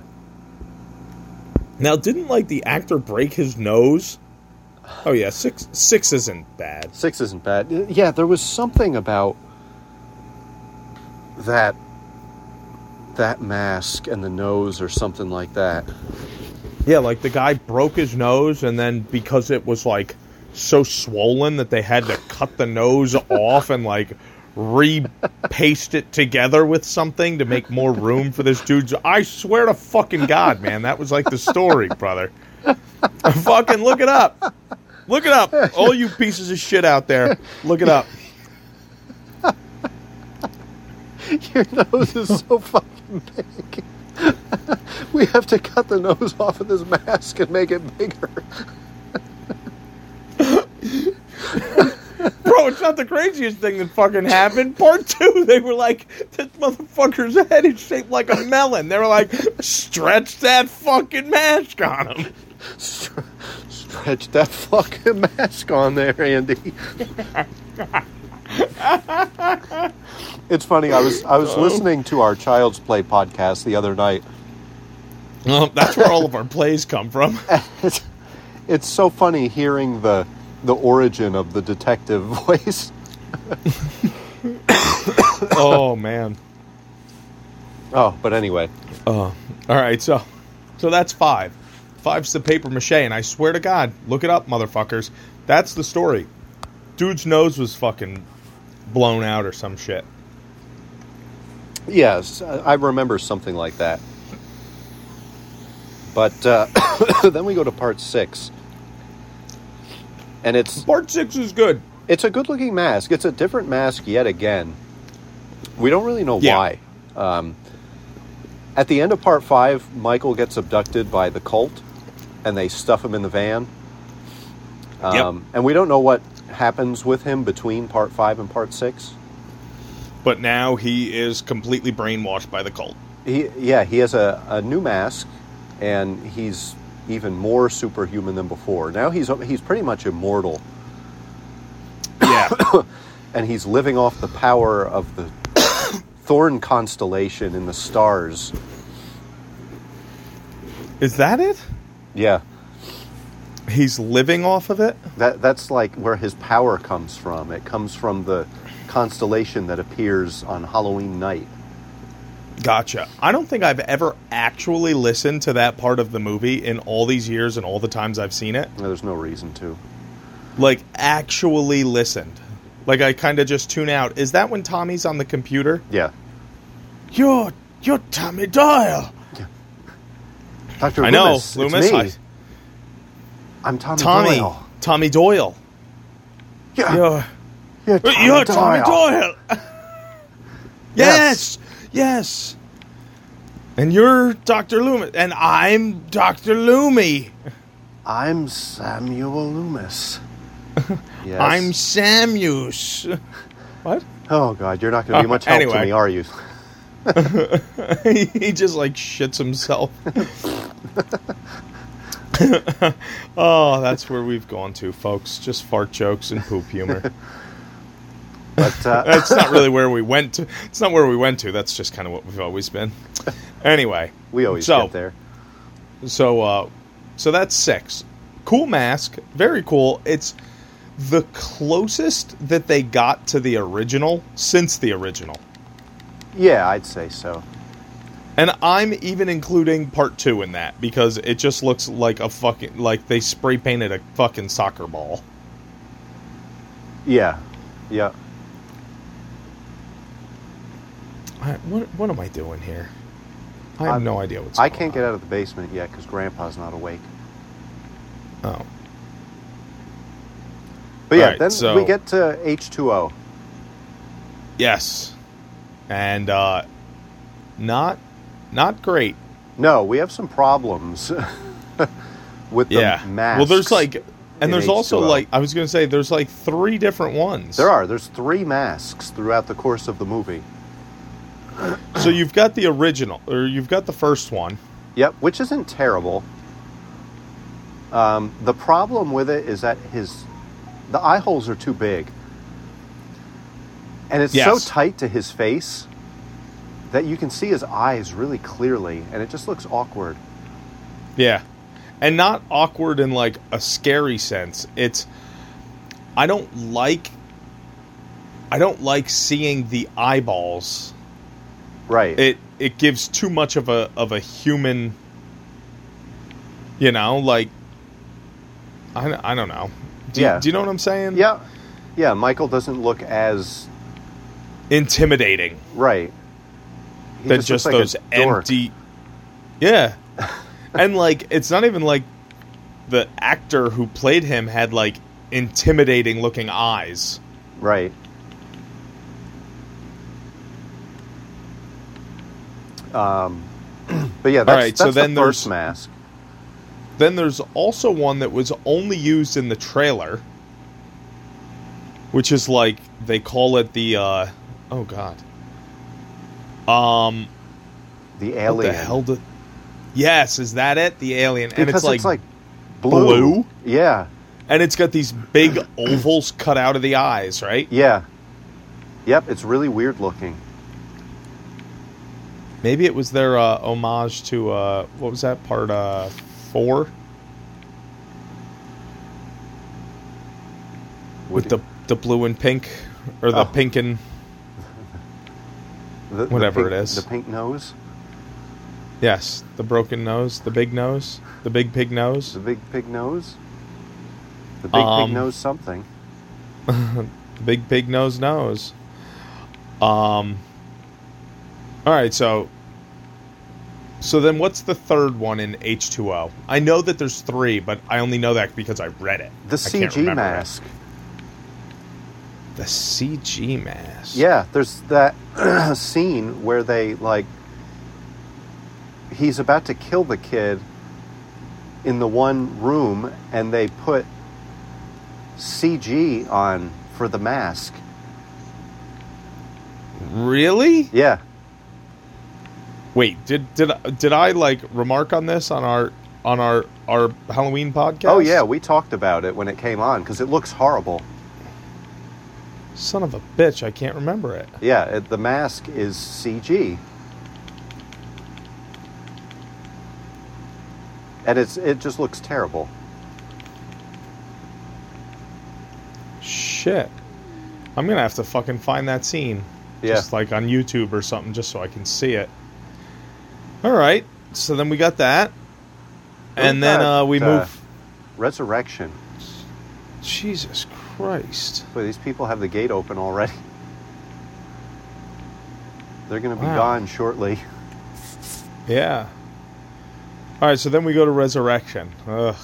Speaker 2: Now, didn't like the actor break his nose? Oh yeah, six six isn't bad.
Speaker 3: Six isn't bad. Uh, Yeah, there was something about that that mask and the nose or something like that.
Speaker 2: Yeah, like the guy broke his nose, and then because it was like so swollen that they had to cut the nose off and like repaste it together with something to make more room for this dude's. I swear to fucking god, man, that was like the story, brother. fucking look it up. Look it up. All you pieces of shit out there, look it up.
Speaker 3: Your nose is so fucking big. we have to cut the nose off of this mask and make it bigger.
Speaker 2: Bro, it's not the craziest thing that fucking happened. Part two, they were like, this motherfucker's head is shaped like a melon. They were like, stretch that fucking mask on him.
Speaker 3: Stre- Stretch that fucking mask on there, Andy. it's funny. I was I was listening to our Child's Play podcast the other night.
Speaker 2: Well, that's where all of our plays come from.
Speaker 3: It's, it's so funny hearing the the origin of the detective voice.
Speaker 2: oh, man.
Speaker 3: Oh, but anyway,
Speaker 2: Oh. All right, so so that's five. Five's the paper mache, and I swear to God, look it up, motherfuckers. That's the story. Dude's nose was fucking blown out or some shit.
Speaker 3: yes, I remember something like that. But uh, then we go to part six, and it's
Speaker 2: Part six is good.
Speaker 3: It's a good looking mask. It's a different mask yet again. We don't really know
Speaker 2: Yeah.
Speaker 3: why. Um, at the end of part five, Michael gets abducted by the cult and they stuff him in the van.
Speaker 2: Yep.
Speaker 3: Um, And we don't know what happens with him between part five and part six.
Speaker 2: But now he is completely brainwashed by the cult.
Speaker 3: He, yeah, he has a, a new mask and he's even more superhuman than before. Now he's he's pretty much immortal,
Speaker 2: Yeah.
Speaker 3: and he's living off the power of the Thorn constellation in the stars.
Speaker 2: Is that it?
Speaker 3: Yeah,
Speaker 2: He's living off of it?
Speaker 3: that that's like where his power comes from. It comes from the constellation that appears on Halloween night.
Speaker 2: Gotcha. I don't think I've ever actually listened to that part of the movie in all these years and all the times I've seen it.
Speaker 3: There's no reason to.
Speaker 2: Like, actually listened. Like, I kind of just tune out. Is that when Tommy's on the computer?
Speaker 3: Yeah,
Speaker 2: You're, you're Tommy Doyle.
Speaker 3: Doctor
Speaker 2: I know,
Speaker 3: Loomis.
Speaker 2: Loomis.
Speaker 3: It's me.
Speaker 2: I,
Speaker 3: I'm Tommy,
Speaker 2: Tommy.
Speaker 3: Doyle.
Speaker 2: Tommy Doyle.
Speaker 3: Yeah,
Speaker 2: You're,
Speaker 3: you're
Speaker 2: you're Tommy Doyle. yes.
Speaker 3: Yes.
Speaker 2: Yes. And you're Dr. Loomis. And I'm Dr. Loomy.
Speaker 3: I'm Samuel Loomis. Yes.
Speaker 2: I'm Samus. What?
Speaker 3: Oh God, you're not going to be
Speaker 2: Uh,
Speaker 3: much help to
Speaker 2: anyway.
Speaker 3: me, are you?
Speaker 2: he just like shits himself. oh, that's where we've gone to, folks. Just fart jokes and poop humor.
Speaker 3: But uh,
Speaker 2: That's not really where we went to. It's not where we went to. That's just kind of what we've always been. Anyway,
Speaker 3: we always
Speaker 2: so,
Speaker 3: get there.
Speaker 2: So, uh, so that's six. Cool mask, very cool. It's the closest that they got to the original since the original.
Speaker 3: Yeah, I'd say so.
Speaker 2: And I'm even including part two in that because it just looks like a fucking like they spray painted a fucking soccer ball.
Speaker 3: Yeah, yeah.
Speaker 2: I, what what am I doing here? I have
Speaker 3: I'm-
Speaker 2: no idea what's.
Speaker 3: I
Speaker 2: going
Speaker 3: can't
Speaker 2: on.
Speaker 3: get out of the basement yet because Grandpa's not awake.
Speaker 2: Oh,
Speaker 3: But yeah,
Speaker 2: Alright,
Speaker 3: then
Speaker 2: so-
Speaker 3: we get to H2O.
Speaker 2: yes, and uh, not not great.
Speaker 3: No, we have some problems with the
Speaker 2: yeah.
Speaker 3: masks.
Speaker 2: Well, there's like,
Speaker 3: in
Speaker 2: and there's also
Speaker 3: H2O.
Speaker 2: like I was gonna say there's like three different ones.
Speaker 3: there are there's three masks throughout the course of the movie.
Speaker 2: So you've got the original, or you've got the first one.
Speaker 3: Yep, which isn't terrible. Um, the problem with it is that his the eye holes are too big, and it's
Speaker 2: Yes.
Speaker 3: so tight to his face that you can see his eyes really clearly, and it just looks awkward.
Speaker 2: Yeah. And not awkward in like a scary sense. It's I don't like I don't like seeing the eyeballs.
Speaker 3: Right.
Speaker 2: It it gives too much of a of a human you know, like I, I don't know. Do,
Speaker 3: Yeah.
Speaker 2: you, do you know what I'm saying?
Speaker 3: yeah, yeah. Michael doesn't look as
Speaker 2: Intimidating
Speaker 3: right. He
Speaker 2: than
Speaker 3: looks
Speaker 2: just,
Speaker 3: like a
Speaker 2: those
Speaker 3: dork.
Speaker 2: empty Yeah. and like it's not even like the actor who played him had like intimidating looking eyes.
Speaker 3: Right. Um, but yeah, that's,
Speaker 2: right,
Speaker 3: that's
Speaker 2: so
Speaker 3: the
Speaker 2: then there's-
Speaker 3: first mask.
Speaker 2: Then there's also one that was only used in the trailer, which is like they call it the uh, oh god, um,
Speaker 3: The
Speaker 2: what
Speaker 3: alien.
Speaker 2: the hell? Did, yes, is that it? The alien, and
Speaker 3: Because
Speaker 2: it's like,
Speaker 3: blue.
Speaker 2: blue?
Speaker 3: Yeah,
Speaker 2: and it's got these big ovals cut out of the eyes, right?
Speaker 3: yeah, yep. It's really weird looking.
Speaker 2: Maybe it was their uh, homage to uh, what was that part uh, four with the the blue and pink or the
Speaker 3: Oh.
Speaker 2: pink and
Speaker 3: the- the
Speaker 2: whatever
Speaker 3: pink-
Speaker 2: it is.
Speaker 3: the pink nose,
Speaker 2: Yes, the broken nose, the big nose, the big pig nose,
Speaker 3: the big pig nose, the big pig
Speaker 2: Um,
Speaker 3: nose something.
Speaker 2: the big pig nose nose. Um. All right, so. So then, what's the third one in H two O? I know that there's three, but I only know that because I read it.
Speaker 3: The
Speaker 2: I can't
Speaker 3: CG
Speaker 2: remember it.
Speaker 3: mask.
Speaker 2: The CG mask.
Speaker 3: Yeah, there's that scene where they like he's about to kill the kid in the one room and they put CG on for the mask.
Speaker 2: Really?
Speaker 3: Yeah.
Speaker 2: Wait did did did I like remark on this on our on our our Halloween podcast?
Speaker 3: Oh yeah, we talked about it when it came on because it looks horrible.
Speaker 2: Son of a bitch, I can't remember it.
Speaker 3: Yeah, it, the mask is CG. And it's it just looks terrible.
Speaker 2: Shit. I'm going to have to fucking find that scene.
Speaker 3: Yeah.
Speaker 2: Just like on YouTube or something just so I can see it. All right. So then we got that. And then
Speaker 3: Look at,
Speaker 2: uh, we
Speaker 3: uh,
Speaker 2: move
Speaker 3: Resurrection.
Speaker 2: Jesus Christ.
Speaker 3: Boy, these people have the gate open already. They're going to be
Speaker 2: Wow.
Speaker 3: gone shortly.
Speaker 2: Yeah. All right, so then we go to Resurrection. Ugh.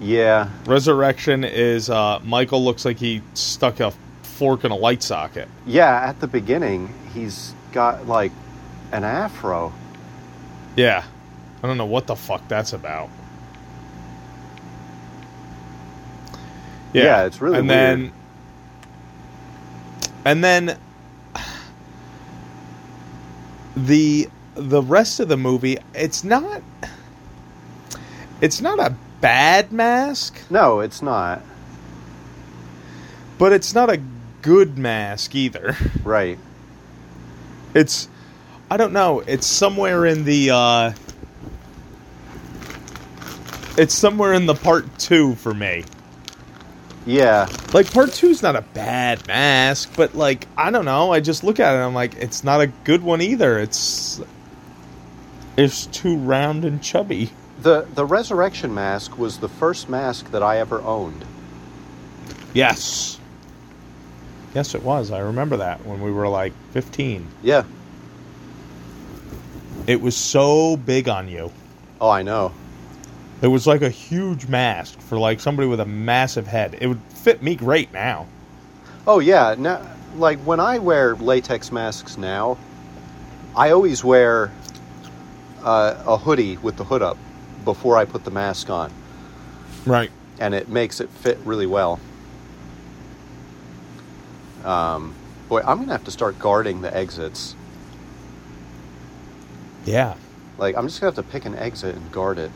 Speaker 3: Yeah,
Speaker 2: Resurrection is uh, Michael looks like he stuck a fork in a light socket.
Speaker 3: yeah. At the beginning, he's got like an afro.
Speaker 2: Yeah. I don't know what the fuck that's about.
Speaker 3: Yeah, it's really
Speaker 2: and
Speaker 3: weird.
Speaker 2: then and then the the rest of the movie it's not it's not a bad mask
Speaker 3: No, it's not
Speaker 2: but it's not a good mask either
Speaker 3: right.
Speaker 2: it's i don't know it's somewhere in the uh it's somewhere in the part two for me
Speaker 3: Yeah,
Speaker 2: like part two's not a bad mask but like i don't know i just look at it and i'm like it's not a good one either it's it's too round and chubby
Speaker 3: the the resurrection mask was the first mask that I ever owned.
Speaker 2: yes yes it was i remember that when we were like 15
Speaker 3: Yeah.
Speaker 2: it was so big on you
Speaker 3: Oh, I know.
Speaker 2: It was like a huge mask for like somebody with a massive head. It would fit me great now.
Speaker 3: Oh yeah, now like when I wear latex masks now, I always wear uh, a hoodie with the hood up before I put the mask on,
Speaker 2: Right.
Speaker 3: and it makes it fit really well. Um, boy, I'm gonna have to start guarding the exits.
Speaker 2: Yeah.
Speaker 3: Like I'm just gonna have to pick an exit and guard it.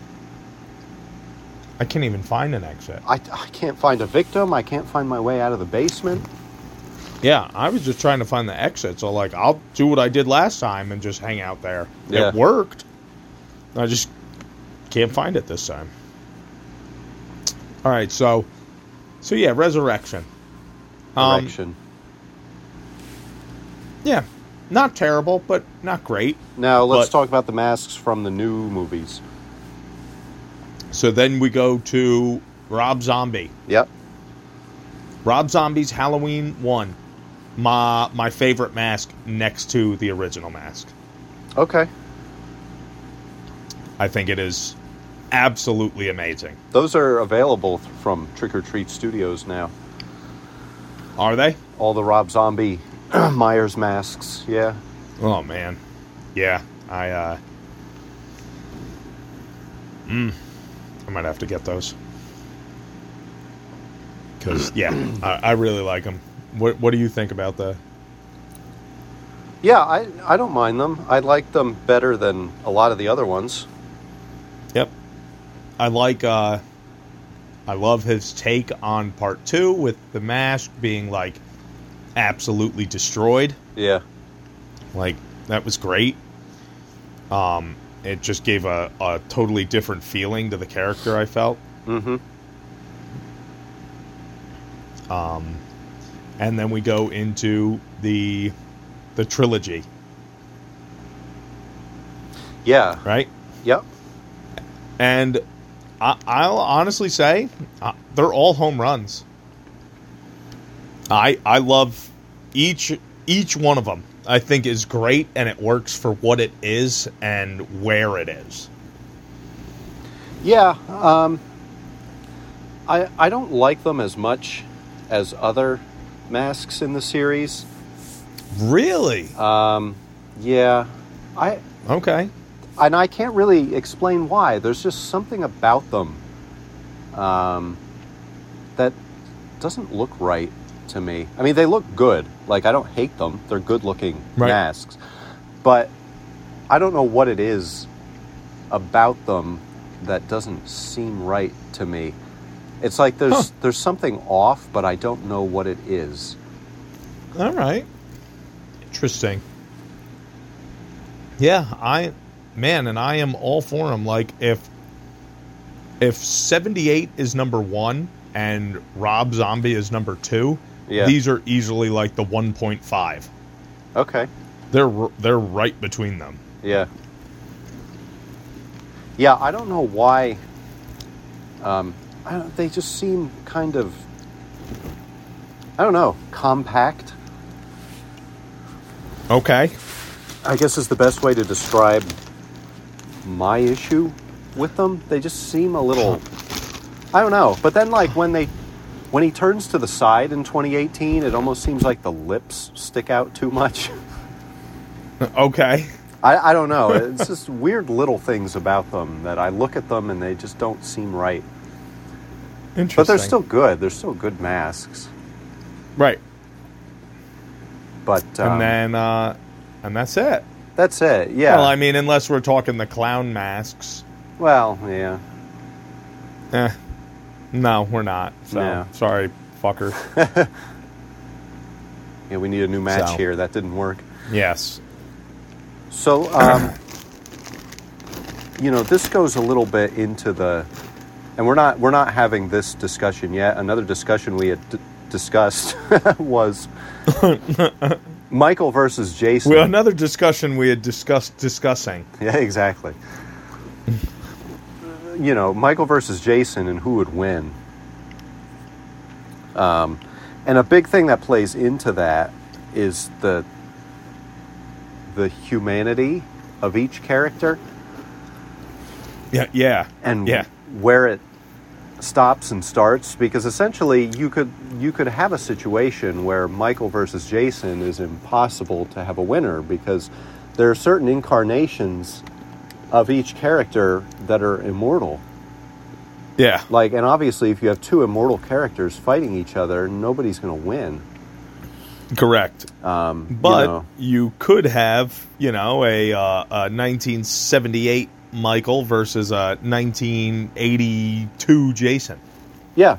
Speaker 2: I can't even find an exit.
Speaker 3: I, I can't find a victim. I can't find my way out of the basement.
Speaker 2: Yeah, I was just trying to find the exit. So like I'll do what I did last time and just hang out there.
Speaker 3: Yeah.
Speaker 2: It worked. I just can't find it this time. All right, so so yeah, resurrection. Um,
Speaker 3: Direction.
Speaker 2: yeah. Not terrible, but not great.
Speaker 3: now let's
Speaker 2: but-
Speaker 3: talk about the masks from the new movies.
Speaker 2: So then we go to Rob Zombie.
Speaker 3: Yep.
Speaker 2: Rob Zombie's Halloween one, my my favorite mask next to the original mask.
Speaker 3: Okay.
Speaker 2: I think it is absolutely amazing.
Speaker 3: Those are available th- from Trick or Treat Studios now.
Speaker 2: Are they?
Speaker 3: All the Rob Zombie Myers masks. Yeah.
Speaker 2: Oh man, yeah. I uh, mm, I might have to get those because yeah, I, I really like them. What What do you think about the?
Speaker 3: Yeah, I, I don't mind them. I like them better than a lot of the other ones.
Speaker 2: Yep, I like. uh I love his take on part two with the mask being like absolutely destroyed.
Speaker 3: Yeah.
Speaker 2: Like that was great. Um, it just gave a, a totally different feeling to the character. I felt.
Speaker 3: Mm-hmm.
Speaker 2: Um, and then we go into the the trilogy,
Speaker 3: Yeah.
Speaker 2: right?
Speaker 3: Yep.
Speaker 2: And I, I'll honestly say uh, they're all home runs. I I love each each one of them. I think is great and it works for what it is and where it is.
Speaker 3: Yeah. Um, I I don't like them as much as other masks in the series.
Speaker 2: Really?
Speaker 3: Um, yeah. I
Speaker 2: Okay.
Speaker 3: and I can't really explain why. There's just something about them um, that doesn't look right to me. I mean, they look good. Like I don't hate them. They're good-looking
Speaker 2: Right.
Speaker 3: masks, but I don't know what it is about them that doesn't seem right to me. It's like there's
Speaker 2: Huh.
Speaker 3: there's something off, but I don't know what it is.
Speaker 2: All right. Interesting. Yeah, I man, and I am all for him. Like if if 78 is number 1 and Rob Zombie is number 2,
Speaker 3: Yeah.
Speaker 2: these are easily like the 1.5.
Speaker 3: Okay.
Speaker 2: They're r- they're right between them.
Speaker 3: Yeah. Yeah, I don't know why. Um, I don't, they just seem kind of, I don't know, compact.
Speaker 2: Okay.
Speaker 3: I guess is the best way to describe my issue with them. They just seem a little, I don't know. But then, like when they, when he turns to the side in 2018, it almost seems like the lips stick out too much.
Speaker 2: Okay.
Speaker 3: I, I don't know. It's just weird little things about them that I look at them and they just don't seem right.
Speaker 2: Interesting.
Speaker 3: But they're still good. They're still good masks.
Speaker 2: right.
Speaker 3: But um,
Speaker 2: and then uh and that's it.
Speaker 3: that's it. Yeah.
Speaker 2: Well, I mean, unless we're talking the clown masks.
Speaker 3: Well, yeah.
Speaker 2: Eh, no, we're not. So
Speaker 3: No.
Speaker 2: sorry, fucker.
Speaker 3: Yeah, we need a new match
Speaker 2: So.
Speaker 3: here. That didn't work.
Speaker 2: yes.
Speaker 3: So, um, you know, this goes a little bit into the, and we're not we're not having this discussion yet. Another discussion we had d- discussed was Michael versus Jason.
Speaker 2: Well, another discussion we had discussed discussing.
Speaker 3: Yeah, exactly. Uh, you know, Michael versus Jason and who would win. Um, and a big thing that plays into that is the the humanity of each character
Speaker 2: Yeah, yeah,
Speaker 3: and
Speaker 2: yeah,
Speaker 3: where it stops and starts because essentially you could you could have a situation where Michael versus Jason is impossible to have a winner because there are certain incarnations of each character that are immortal.
Speaker 2: yeah.
Speaker 3: Like and obviously if you have two immortal characters fighting each other, nobody's going to win.
Speaker 2: Correct.
Speaker 3: Um,
Speaker 2: But
Speaker 3: you
Speaker 2: you,
Speaker 3: know,
Speaker 2: could have, you know, a, uh, a 1978 Michael versus a 1982 Jason,
Speaker 3: yeah,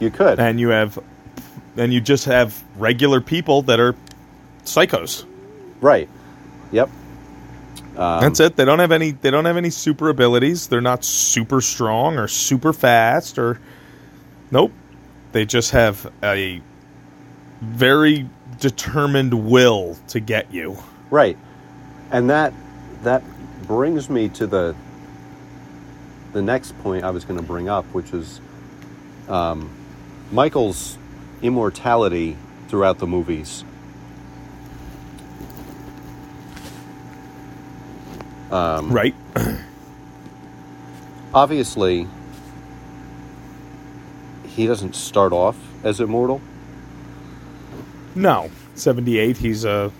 Speaker 3: you could.
Speaker 2: and you have, and you just have regular people that are psychos.
Speaker 3: right. Yep. Um,
Speaker 2: That's it. They don't have any. They don't have any super abilities. They're not super strong or super fast or. Nope. They just have a very determined will to get you.
Speaker 3: Right. And that that brings me to the the next point I was going to bring up, which is um, Michael's immortality throughout the movies. Um,
Speaker 2: Right.
Speaker 3: Obviously, he doesn't start off as immortal.
Speaker 2: No. Seventy-eight. He's a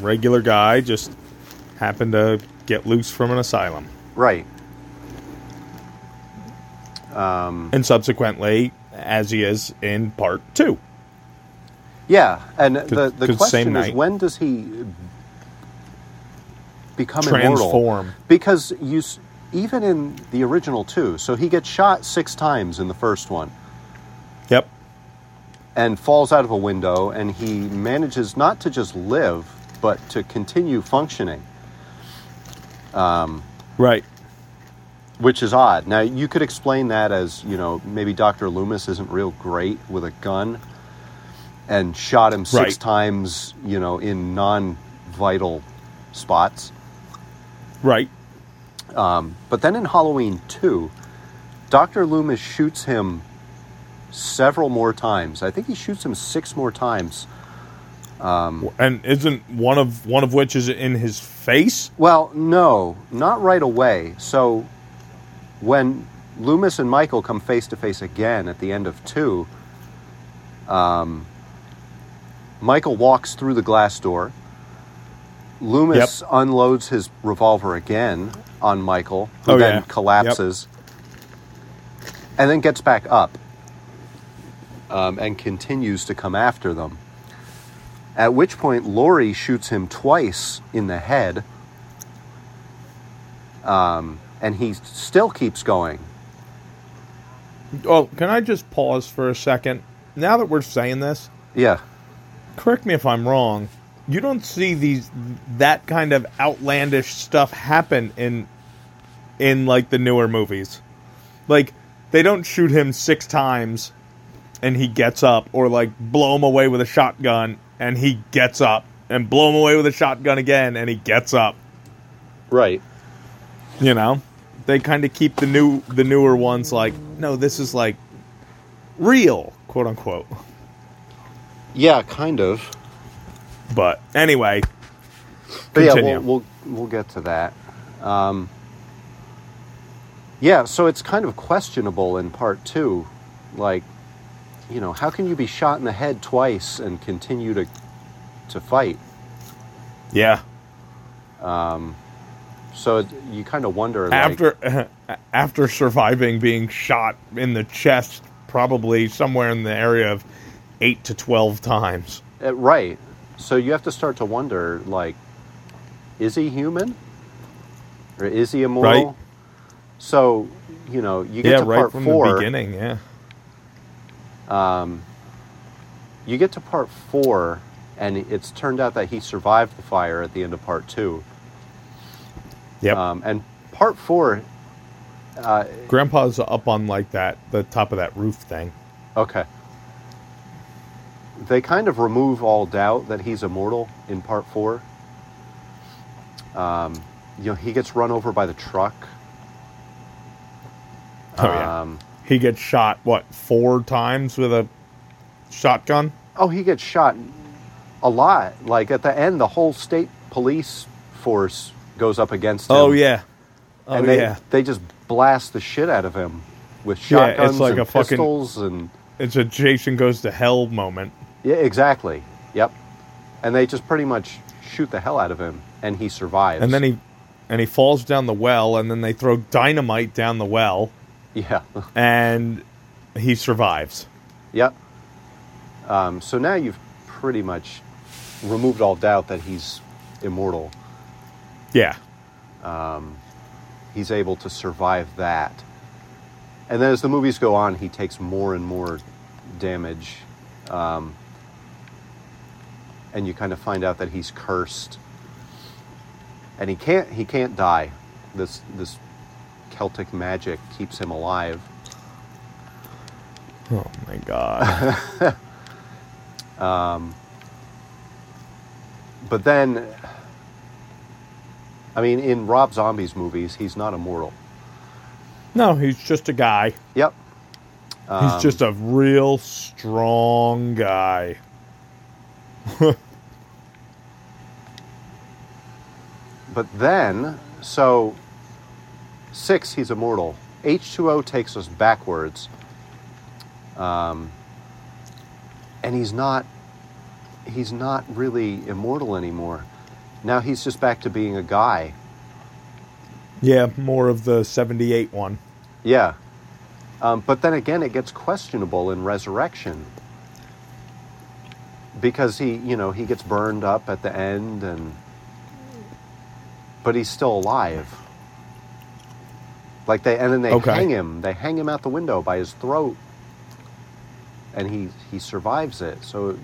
Speaker 2: regular guy. Just happened to get loose from an asylum,
Speaker 3: Right. Um,
Speaker 2: and subsequently, as he is in part two.
Speaker 3: Yeah, and the, the
Speaker 2: could same
Speaker 3: question is
Speaker 2: night.
Speaker 3: when does he become immortal?
Speaker 2: Transform.
Speaker 3: Because you s- even in the original two, so he gets shot six times in the first one
Speaker 2: Yep.
Speaker 3: and falls out of a window, and he manages not to just live but to continue functioning,
Speaker 2: Right.
Speaker 3: which is odd. Now you could explain that as you know maybe Doctor Loomis isn't real great with a gun and shot him six
Speaker 2: Right.
Speaker 3: times, you know, in non-vital spots.
Speaker 2: Right.
Speaker 3: Um, but then in Halloween 2, Dr. Loomis shoots him several more times. I think he shoots him six more times. Hmm.
Speaker 2: And isn't one of one of which is in his face?
Speaker 3: Well, no, not right away. So when Loomis and Michael come face to face again at the end of 2, um, Michael walks through the glass door. Loomis unloads his revolver again on Michael, who
Speaker 2: Oh,
Speaker 3: then
Speaker 2: yeah.
Speaker 3: collapses, and then gets back up um, and continues to come after them. At which point, Lori shoots him twice in the head, um, and he still keeps going.
Speaker 2: Oh, can I just pause for a second? Now that we're saying this,
Speaker 3: Yeah.
Speaker 2: correct me if I'm wrong. You don't see these that kind of outlandish stuff happen in in like the newer movies. Like they don't shoot him 6 times and he gets up or like blow him away with a shotgun and he gets up and blow him away with a shotgun again and he gets up,
Speaker 3: Right.
Speaker 2: you know? They kind of keep the new the newer ones like no, this is like real, quote unquote.
Speaker 3: Yeah, kind of.
Speaker 2: But anyway,
Speaker 3: But yeah,
Speaker 2: Continue.
Speaker 3: we'll, we'll we'll get to that. Um, yeah, so it's kind of questionable in part two, like, you know, how can you be shot in the head twice and continue to to fight?
Speaker 2: yeah.
Speaker 3: So it- you kind of wonder like,
Speaker 2: after after surviving being shot in the chest probably somewhere in the area of 8 to 12 times
Speaker 3: uh, right? So you have to start to wonder like, is he human, or is he immortal?
Speaker 2: Right.
Speaker 3: So you know, you get
Speaker 2: yeah
Speaker 3: to
Speaker 2: right
Speaker 3: part
Speaker 2: from
Speaker 3: four.
Speaker 2: the beginning yeah
Speaker 3: You get to part four, and it's turned out that he survived the fire at the end of part two.
Speaker 2: yep
Speaker 3: Um, and part four,
Speaker 2: grandpa's up on like that the top of that roof thing
Speaker 3: okay. They kind of remove all doubt that he's immortal in part four. Um, you know, he gets run over by the truck.
Speaker 2: oh yeah
Speaker 3: Um,
Speaker 2: he gets shot what four times with a shotgun
Speaker 3: oh, he gets shot a lot. Like at the end, the whole state police force goes up against him.
Speaker 2: oh yeah oh
Speaker 3: and they,
Speaker 2: yeah
Speaker 3: they just blast the shit out of him with
Speaker 2: Yeah, it's
Speaker 3: shotguns
Speaker 2: like
Speaker 3: and
Speaker 2: a fucking-
Speaker 3: pistols and
Speaker 2: it's a jason goes to hell moment
Speaker 3: yeah, exactly. Yep. And they just pretty much shoot the hell out of him, and he survives.
Speaker 2: and then he and he falls down the well and then they throw dynamite down the well
Speaker 3: yeah,
Speaker 2: and he survives
Speaker 3: yep. Um, so now you've pretty much removed all doubt that he's immortal.
Speaker 2: yeah
Speaker 3: He's able to survive that, and then as the movies go on, he takes more and more damage, um, and you kind of find out that he's cursed, and he can't he can't die. This this Celtic magic keeps him alive.
Speaker 2: Oh my god.
Speaker 3: But then, I mean, in Rob Zombie's movies, he's not immortal.
Speaker 2: no, he's just a guy.
Speaker 3: Yep.
Speaker 2: He's just a real strong guy.
Speaker 3: But then, so six, he's immortal. H2O takes us backwards. Um, and he's not, he's not really immortal anymore. Now he's just back to being a guy.
Speaker 2: Yeah, more of the 78 one.
Speaker 3: Yeah. Um, but then again, it gets questionable in resurrection because he, you know, he gets burned up at the end, and but he's still alive. Like they, and then they
Speaker 2: Okay.
Speaker 3: hang him. They hang him out the window by his throat, and he he survives it. So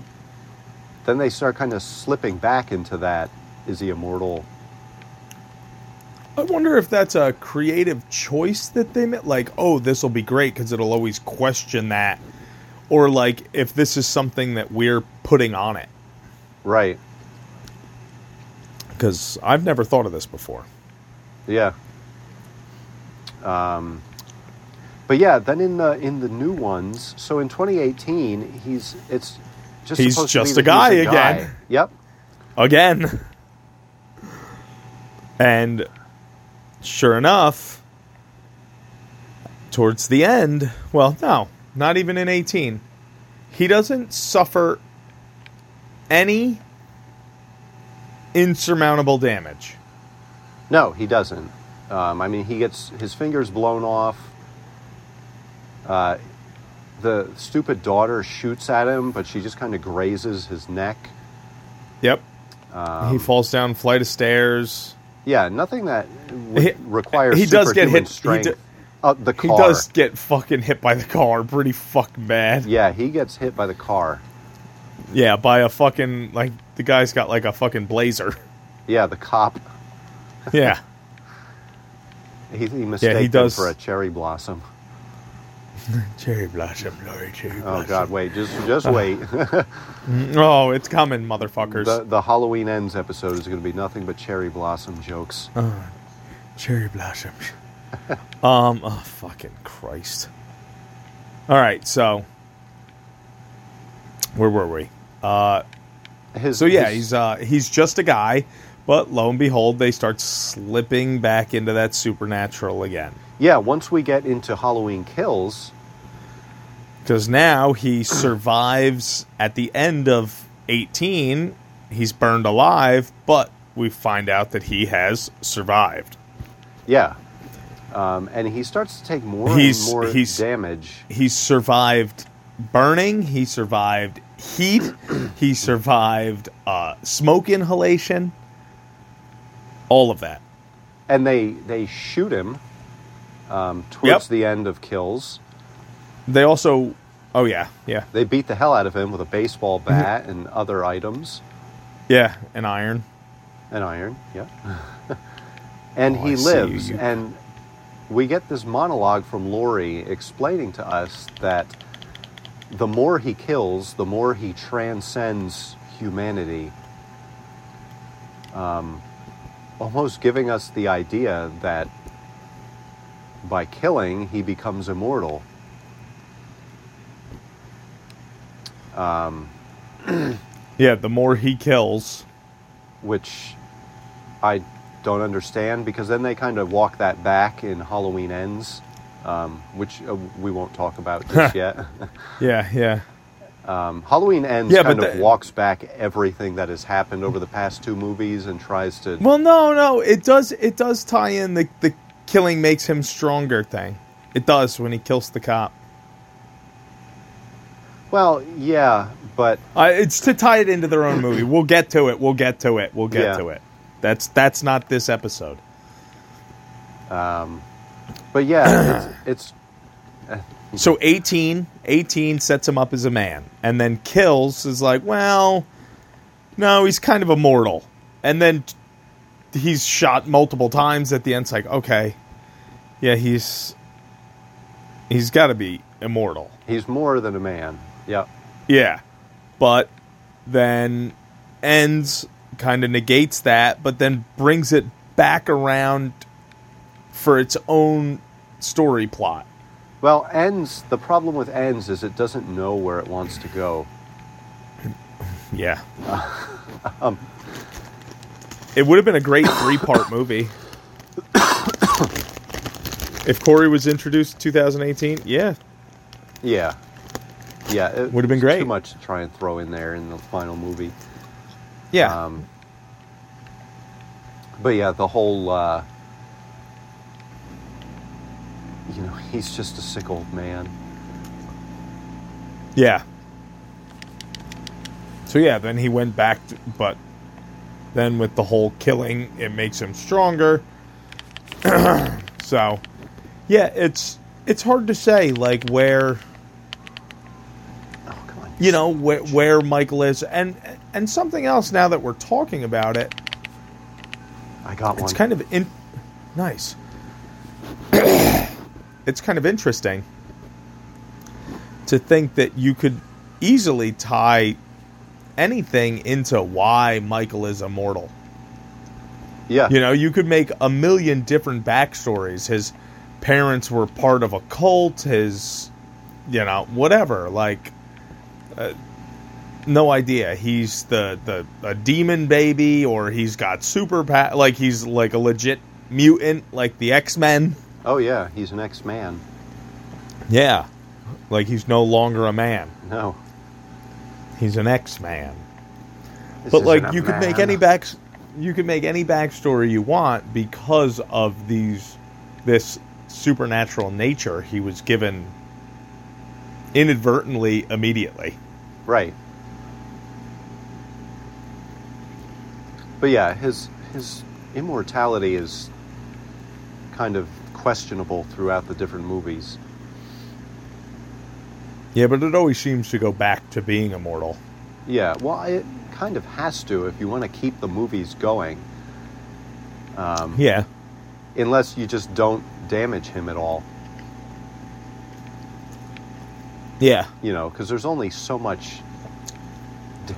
Speaker 3: then they start kind of slipping back into that. Is he immortal?
Speaker 2: I wonder if that's a creative choice that they made. Like, oh, this will be great because it'll always question that. Or, like, if this is something that we're putting on it.
Speaker 3: Right.
Speaker 2: Because I've never thought of this before.
Speaker 3: Yeah. Um, but yeah, then in the in the new ones, so in 2018, he's it's just
Speaker 2: He's
Speaker 3: supposed
Speaker 2: just
Speaker 3: to
Speaker 2: a
Speaker 3: be that he's
Speaker 2: guy again.
Speaker 3: guy. Yep.
Speaker 2: Again. and sure enough, towards the end, well, no, not even in 18, he doesn't suffer any insurmountable damage.
Speaker 3: No, he doesn't. Um, I mean, he gets his fingers blown off. Uh, the stupid daughter shoots at him, but she just kind of grazes his neck.
Speaker 2: Yep.
Speaker 3: Um,
Speaker 2: he falls down a flight of stairs.
Speaker 3: Yeah, nothing that w-
Speaker 2: He-
Speaker 3: requires
Speaker 2: he does get
Speaker 3: superhuman
Speaker 2: hit- he
Speaker 3: strength.
Speaker 2: do-
Speaker 3: uh, the
Speaker 2: He
Speaker 3: car.
Speaker 2: does get fucking hit by the car pretty fucking bad.
Speaker 3: Yeah, he gets hit by the car.
Speaker 2: Yeah, by a fucking like the guy's got like a fucking blazer.
Speaker 3: Yeah, the cop.
Speaker 2: Yeah.
Speaker 3: He, he mistakes
Speaker 2: does-
Speaker 3: for a cherry blossom.
Speaker 2: cherry blossom, Lori, cherry
Speaker 3: Oh God, wait, just just
Speaker 2: Uh,
Speaker 3: wait.
Speaker 2: Oh, it's coming, motherfuckers.
Speaker 3: the the Halloween ends episode is going to be nothing but cherry blossom jokes.
Speaker 2: cherry blossoms. um, oh, fucking Christ. All right, so where were we? Uh,
Speaker 3: His,
Speaker 2: so yeah,
Speaker 3: his-
Speaker 2: he's uh, he's just a guy, but lo and behold, they start slipping back into that supernatural again.
Speaker 3: yeah. Once we get into Halloween Kills,
Speaker 2: Because now he survives at the end of 18. He's burned alive, but we find out that he has survived.
Speaker 3: yeah, um, and he starts to take more
Speaker 2: He's-
Speaker 3: and more
Speaker 2: he's-
Speaker 3: damage.
Speaker 2: He survived burning, he survived heat, he survived uh, smoke inhalation, all of that.
Speaker 3: and they they shoot him um, towards
Speaker 2: Yep.
Speaker 3: the end of kills.
Speaker 2: They also. Oh, yeah, yeah,
Speaker 3: They beat the hell out of him with a baseball bat
Speaker 2: Mm-hmm.
Speaker 3: and other items
Speaker 2: yeah, an iron.
Speaker 3: and iron. Yeah, and
Speaker 2: Oh, I
Speaker 3: he
Speaker 2: see you-
Speaker 3: lives.
Speaker 2: you-
Speaker 3: And we get this monologue from Lori explaining to us that the more he kills, the more he transcends humanity. Um, almost giving us the idea that by killing he becomes immortal. Um,
Speaker 2: Yeah, the more he kills.
Speaker 3: which I don't understand because then they kind of walk that back in Halloween Ends, um, which uh, we won't talk about just yet.
Speaker 2: Yeah, yeah.
Speaker 3: Um, Halloween Ends
Speaker 2: Yeah, but
Speaker 3: kind of
Speaker 2: the-
Speaker 3: walks back everything that has happened over the past two movies and tries to.
Speaker 2: Well, no, no, it does. It does tie in the the killing makes him stronger thing. It does when he kills the cop.
Speaker 3: Well, yeah, but
Speaker 2: I, it's to tie it into their own movie. We'll get to it. We'll get to it. We'll get
Speaker 3: Yeah.
Speaker 2: to it. That's that's not this episode.
Speaker 3: um, but yeah, it's,
Speaker 2: So 18, 18 sets him up as a man, and then kills is like, well, no, he's kind of immortal, and then t- he's shot multiple times at the end. It's like, okay, yeah, he's he's got to be immortal.
Speaker 3: it's he's more than a man. Yeah,
Speaker 2: Yeah. But then ends kind of negates that, but then brings it back around for its own story plot.
Speaker 3: Well, ends. The problem with ends is it doesn't know where it wants to go.
Speaker 2: Yeah. it would have been a great three part movie. If Corey was introduced in 2018, yeah,
Speaker 3: Yeah, yeah, it
Speaker 2: Would've been
Speaker 3: was Too
Speaker 2: great.
Speaker 3: much to try and throw in there in the final movie.
Speaker 2: yeah,
Speaker 3: Um, but yeah, the whole. Uh, you know, he's just a sick old man.
Speaker 2: yeah. So yeah, then he went back, to, but then with the whole killing, it makes him stronger. so, yeah, it's it's hard to say like where
Speaker 3: Oh, come on.
Speaker 2: you know where, where Michael is, and and something else now that we're talking about it,
Speaker 3: I got one.
Speaker 2: it's kind of in nice. it's kind of interesting to think that you could easily tie anything into why Michael is immortal.
Speaker 3: yeah.
Speaker 2: You know, you could make a million different backstories. His parents were part of a cult. His, you know, whatever. Like, uh, no idea. He's the the a demon baby, or he's got super pa- like he's like a legit mutant, like the X Men.
Speaker 3: Oh yeah, he's an ex-man.
Speaker 2: Yeah, like he's no longer a man.
Speaker 3: No.
Speaker 2: He's an X Man.
Speaker 3: this
Speaker 2: but like
Speaker 3: isn't a
Speaker 2: you could make
Speaker 3: man.
Speaker 2: any back you could make any backstory you want because of these this supernatural nature he was given inadvertently immediately
Speaker 3: Right. But yeah, his his immortality is kind of questionable throughout the different movies.
Speaker 2: Yeah, but it always seems to go back to being immortal.
Speaker 3: Yeah, well, it kind of has to if you want to keep the movies going. Um,
Speaker 2: Yeah.
Speaker 3: Unless you just don't damage him at all,
Speaker 2: Yeah.
Speaker 3: you know, because there's only so much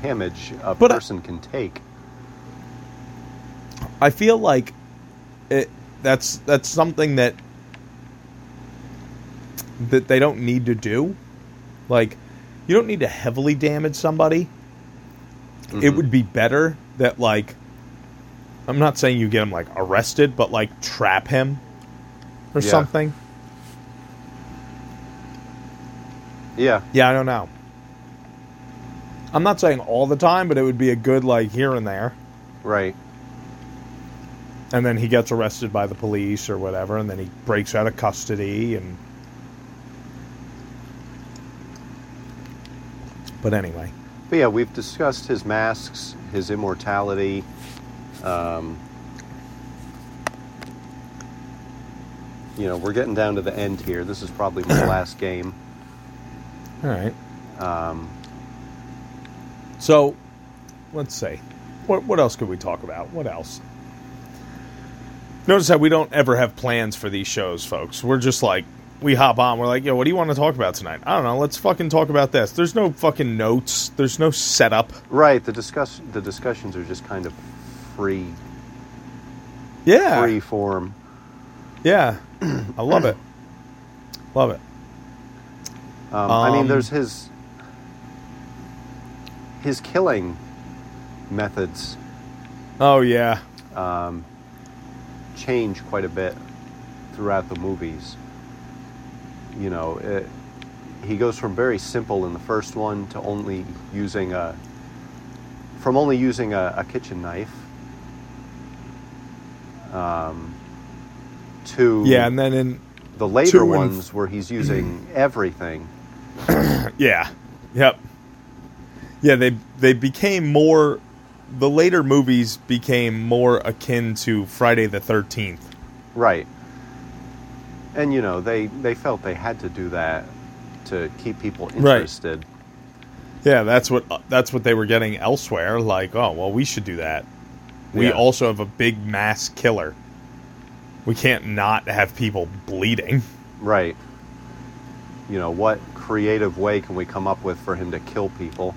Speaker 3: damage a
Speaker 2: But I-
Speaker 3: person can take.
Speaker 2: I feel like it that's that's something that that they don't need to do. Like you don't need to heavily damage somebody. It
Speaker 3: Mhm.
Speaker 2: would be better that like I'm not saying you get him like arrested, but like trap him or
Speaker 3: Yeah.
Speaker 2: something.
Speaker 3: Yeah,
Speaker 2: Yeah, I don't know. I'm not saying all the time, but it would be a good like here and there.
Speaker 3: right.
Speaker 2: and then he gets arrested by the police or whatever, and then he breaks out of custody and. But anyway,
Speaker 3: But yeah, we've discussed his masks, his immortality. Um, you know, we're getting down to the end here. This is probably my last game.
Speaker 2: all right.
Speaker 3: Um,
Speaker 2: So, let's see. What what else could we talk about? What else? Notice that we don't ever have plans for these shows, folks. We're just like we hop on. We're like, yo, what do you want to talk about tonight? I don't know. Let's fucking talk about this. There's no fucking notes. There's no setup.
Speaker 3: right, the discuss the discussions are just kind of free,
Speaker 2: Yeah.
Speaker 3: free form.
Speaker 2: Yeah, I love it. Love it.
Speaker 3: Um, I mean,
Speaker 2: Um,
Speaker 3: there's his his killing methods
Speaker 2: Oh yeah,
Speaker 3: um, change quite a bit throughout the movies. You know, it, he goes from very simple in the first one to only using a, from only using a, a kitchen knife, um, to
Speaker 2: yeah, and then in
Speaker 3: the later
Speaker 2: two and-
Speaker 3: ones where he's using everything.
Speaker 2: yeah, yep, yeah. They they became more. The later movies became more akin to Friday the Thirteenth.
Speaker 3: Right. And you know, they they felt they had to do that to keep people interested.
Speaker 2: Yeah, that's what uh, that's what they were getting elsewhere. Like, oh well, we should do that. We
Speaker 3: Yeah.
Speaker 2: also have a big mass killer. We can't not have people bleeding.
Speaker 3: Right. You know, what creative way can we come up with for him to kill people?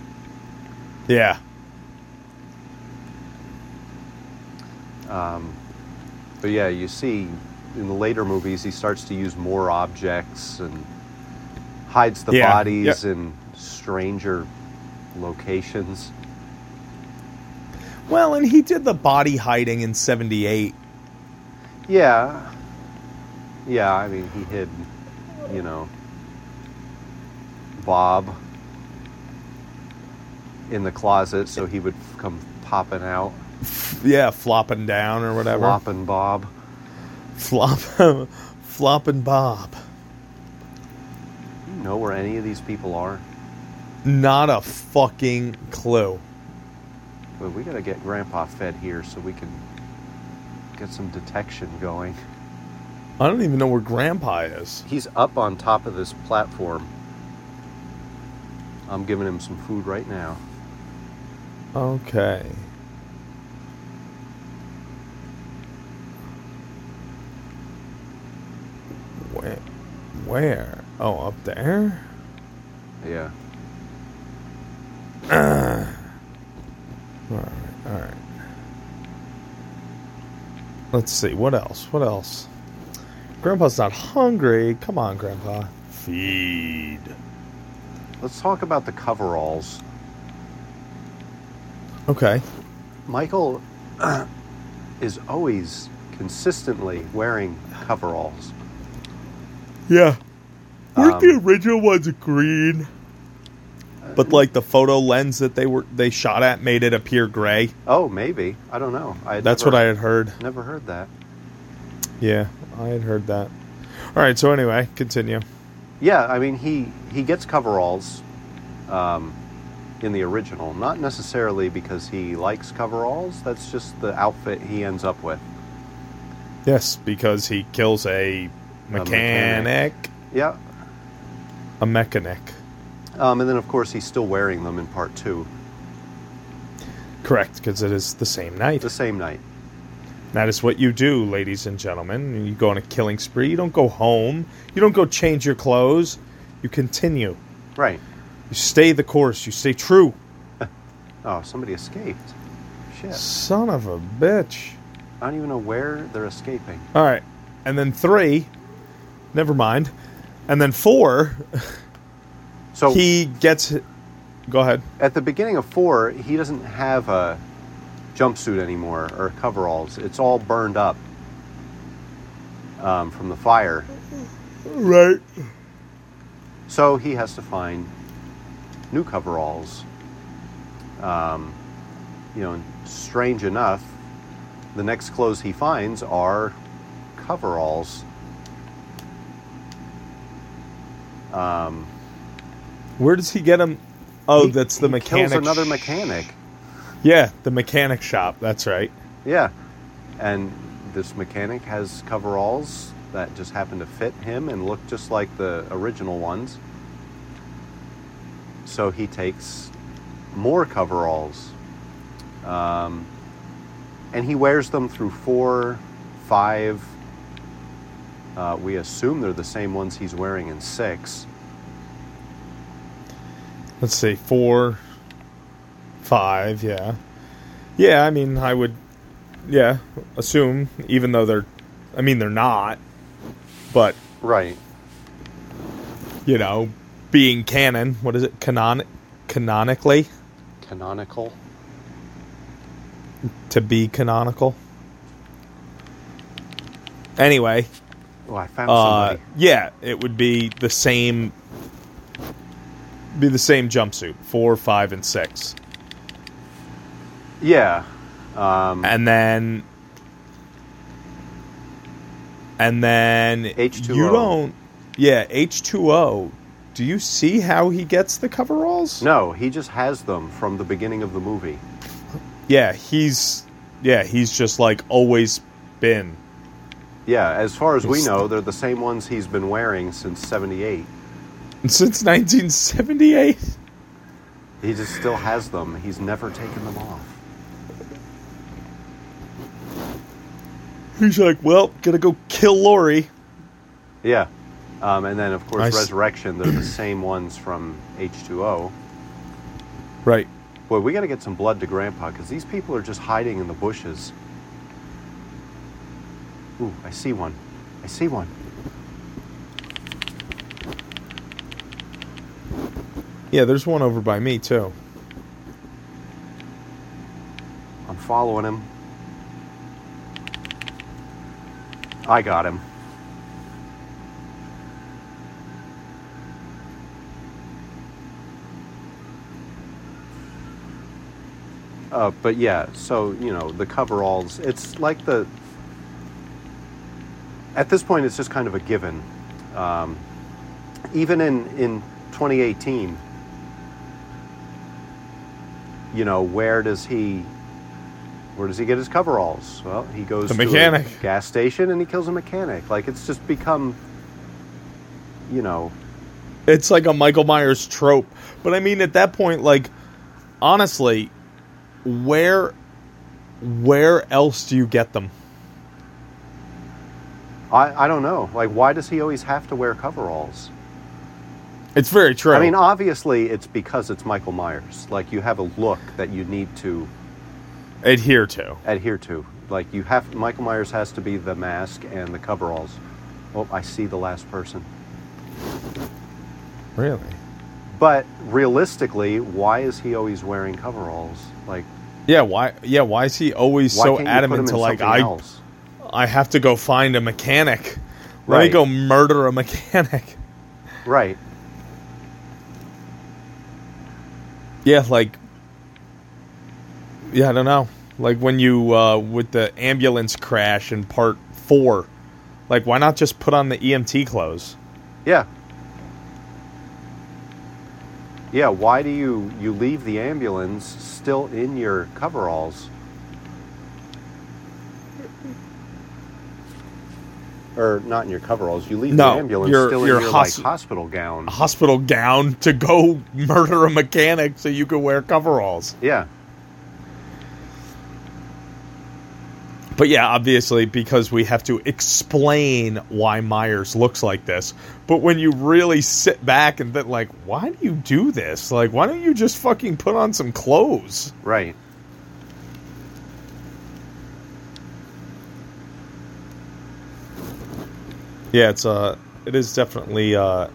Speaker 2: Yeah,
Speaker 3: Um, but yeah, you see in the later movies, he starts to use more objects and hides the
Speaker 2: Yeah,
Speaker 3: bodies
Speaker 2: yeah.
Speaker 3: in stranger locations.
Speaker 2: Well, and he did the body hiding in 78.
Speaker 3: Yeah. Yeah, I mean, he hid, you know, Bob in the closet so he would f- come popping out,
Speaker 2: Yeah, flopping down or whatever.
Speaker 3: flopping Bob.
Speaker 2: Flop. flopping Bob.
Speaker 3: You know where any of these people are?
Speaker 2: Not a fucking clue.
Speaker 3: But we gotta get Grandpa fed here so we can get some detection going.
Speaker 2: I don't even know where Grandpa is.
Speaker 3: He's up on top of this platform. I'm giving him some food right now.
Speaker 2: Okay. Where? Where? Oh, up there?
Speaker 3: Yeah.
Speaker 2: Alright, alright. Let's see, what else? What else? Grandpa's not hungry. Come on, Grandpa.
Speaker 1: Feed.
Speaker 3: Let's talk about the coveralls.
Speaker 2: Okay.
Speaker 3: Michael is always consistently wearing coveralls.
Speaker 2: Yeah. Weren't the
Speaker 3: Um,
Speaker 2: original ones green? But like the photo lens that they were they shot at made it appear gray.
Speaker 3: Oh, maybe. I don't know. I had
Speaker 2: That's
Speaker 3: never-
Speaker 2: what I had heard.
Speaker 3: never heard that.
Speaker 2: Yeah, I had heard that. All right, so anyway, continue.
Speaker 3: Yeah, I mean he he gets coveralls, um, in the original. Not necessarily because he likes coveralls, that's just the outfit he ends up with.
Speaker 2: Yes, because he kills a mechanic.
Speaker 3: mechanic. Yeah.
Speaker 2: A mechanic.
Speaker 3: Um, and then, of course, he's still wearing them in part two,
Speaker 2: Correct, because it is the same night.
Speaker 3: the same night.
Speaker 2: That is what you do, ladies and gentlemen. You go on a killing spree. You don't go home. You don't go change your clothes. You continue.
Speaker 3: Right.
Speaker 2: You stay the course. You stay true.
Speaker 3: Oh, somebody escaped. Shit.
Speaker 2: Son of a bitch.
Speaker 3: I don't even know where they're escaping.
Speaker 2: All right. And then three, never mind. And then four,
Speaker 3: So
Speaker 2: he gets. Go ahead.
Speaker 3: at the beginning of four, he doesn't have a jumpsuit anymore or coveralls. It's all burned up um, from the fire.
Speaker 2: Right.
Speaker 3: So he has to find new coveralls. Um, you know, and strange enough, the next clothes he finds are coveralls. Um,
Speaker 2: Where does he get him? Oh,
Speaker 3: he-
Speaker 2: that's the
Speaker 3: he
Speaker 2: mechanic.
Speaker 3: Kills another
Speaker 2: sh-
Speaker 3: mechanic.
Speaker 2: Yeah, the mechanic shop. That's right.
Speaker 3: Yeah, and this mechanic has coveralls that just happen to fit him and look just like the original ones. So he takes more coveralls, um, and he wears them through four, five. Uh, we assume they're the same ones he's wearing in six.
Speaker 2: Let's see, four, five. Yeah, yeah. I mean, I would, yeah, assume even though they're, I mean, they're not, but
Speaker 3: Right.
Speaker 2: you know, being canon, what is it, canon, canonically
Speaker 3: Canonical.
Speaker 2: to be canonical. Anyway,
Speaker 3: Oh, I found
Speaker 2: uh,
Speaker 3: somebody.
Speaker 2: yeah, it would be the same, be the same jumpsuit, four, five, and six.
Speaker 3: Yeah. Um,
Speaker 2: and then and then
Speaker 3: H2O.
Speaker 2: you don't yeah h2o do you see how he gets the coveralls
Speaker 3: no, he just has them from the beginning of the movie.
Speaker 2: yeah he's yeah he's just like always been
Speaker 3: Yeah, as far as we
Speaker 2: It's-
Speaker 3: know, they're the same ones he's been wearing since 78.
Speaker 2: since 1978
Speaker 3: He just still has them. He's never taken them off.
Speaker 2: he's like well gotta go kill lori
Speaker 3: Yeah. Um, and then, of course,
Speaker 2: I s-
Speaker 3: Resurrection, they're the same ones from H2O.
Speaker 2: right
Speaker 3: Boy, we got to get some blood to Grandpa because these people are just hiding in the bushes. Ooh, I see one. I see one.
Speaker 2: yeah there's one over by me too
Speaker 3: I'm following him. I got him. Uh, but yeah, so you know the coveralls. It's like the. At this point, it's just kind of a given. Um, even in in 2018, you know, where does he where does he get his coveralls? Well, he goes
Speaker 2: The
Speaker 3: to a
Speaker 2: mechanic.
Speaker 3: gas station and he kills a mechanic. Like it's just become, you know,
Speaker 2: It's like a Michael Myers trope. But I mean at that point like honestly where where else do you get them?
Speaker 3: I I don't know. Like why does he always have to wear coveralls?
Speaker 2: It's very true.
Speaker 3: I mean, obviously it's because it's Michael Myers. Like you have a look that you need to
Speaker 2: adhere to.
Speaker 3: adhere to. Like you have Michael Myers has to be the mask and the coveralls. Oh, I see the last person.
Speaker 2: Really?
Speaker 3: But realistically, why is he always wearing coveralls? Like
Speaker 2: Yeah, why yeah, why is he always
Speaker 3: why
Speaker 2: so
Speaker 3: can't
Speaker 2: adamant
Speaker 3: you
Speaker 2: to
Speaker 3: put him in
Speaker 2: like
Speaker 3: something
Speaker 2: I
Speaker 3: else?
Speaker 2: I have to go find a mechanic. Let me
Speaker 3: Right.
Speaker 2: go murder a mechanic.
Speaker 3: Right.
Speaker 2: Yeah, like Yeah, I don't know. Like when you uh with the ambulance crash in part 4. Like why not E just put on the EMT clothes?
Speaker 3: Yeah. Yeah, why do you you leave the ambulance still in your coveralls? Or not in your coveralls. You leave
Speaker 2: No,
Speaker 3: the ambulance
Speaker 2: your-
Speaker 3: still
Speaker 2: your
Speaker 3: in your
Speaker 2: hos-
Speaker 3: like hospital gown.
Speaker 2: A hospital gown to go murder a mechanic so you could wear coveralls.
Speaker 3: yeah.
Speaker 2: But yeah, obviously, because we have to explain why Myers looks like this. But when you really sit back and think, like, why do you do this? Like, why don't you just fucking put on some clothes?
Speaker 3: Right.
Speaker 2: Yeah, it's uh, it is definitely uh,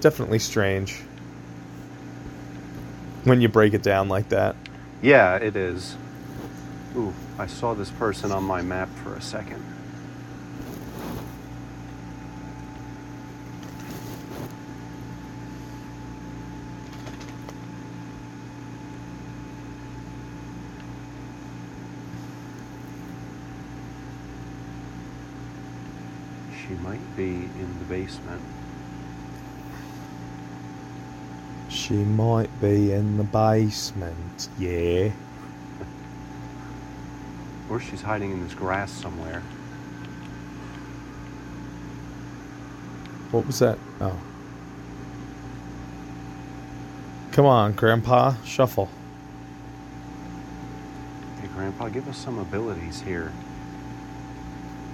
Speaker 2: definitely strange when you break it down like that.
Speaker 3: Yeah, it is. Ooh, I saw this person on my map for a second. She might be in the basement.
Speaker 2: She might be in the basement. Yeah.
Speaker 3: Or she's hiding in this grass somewhere.
Speaker 2: What was that? Oh. Come on, Grandpa, shuffle.
Speaker 3: Hey, Grandpa, give us some abilities here.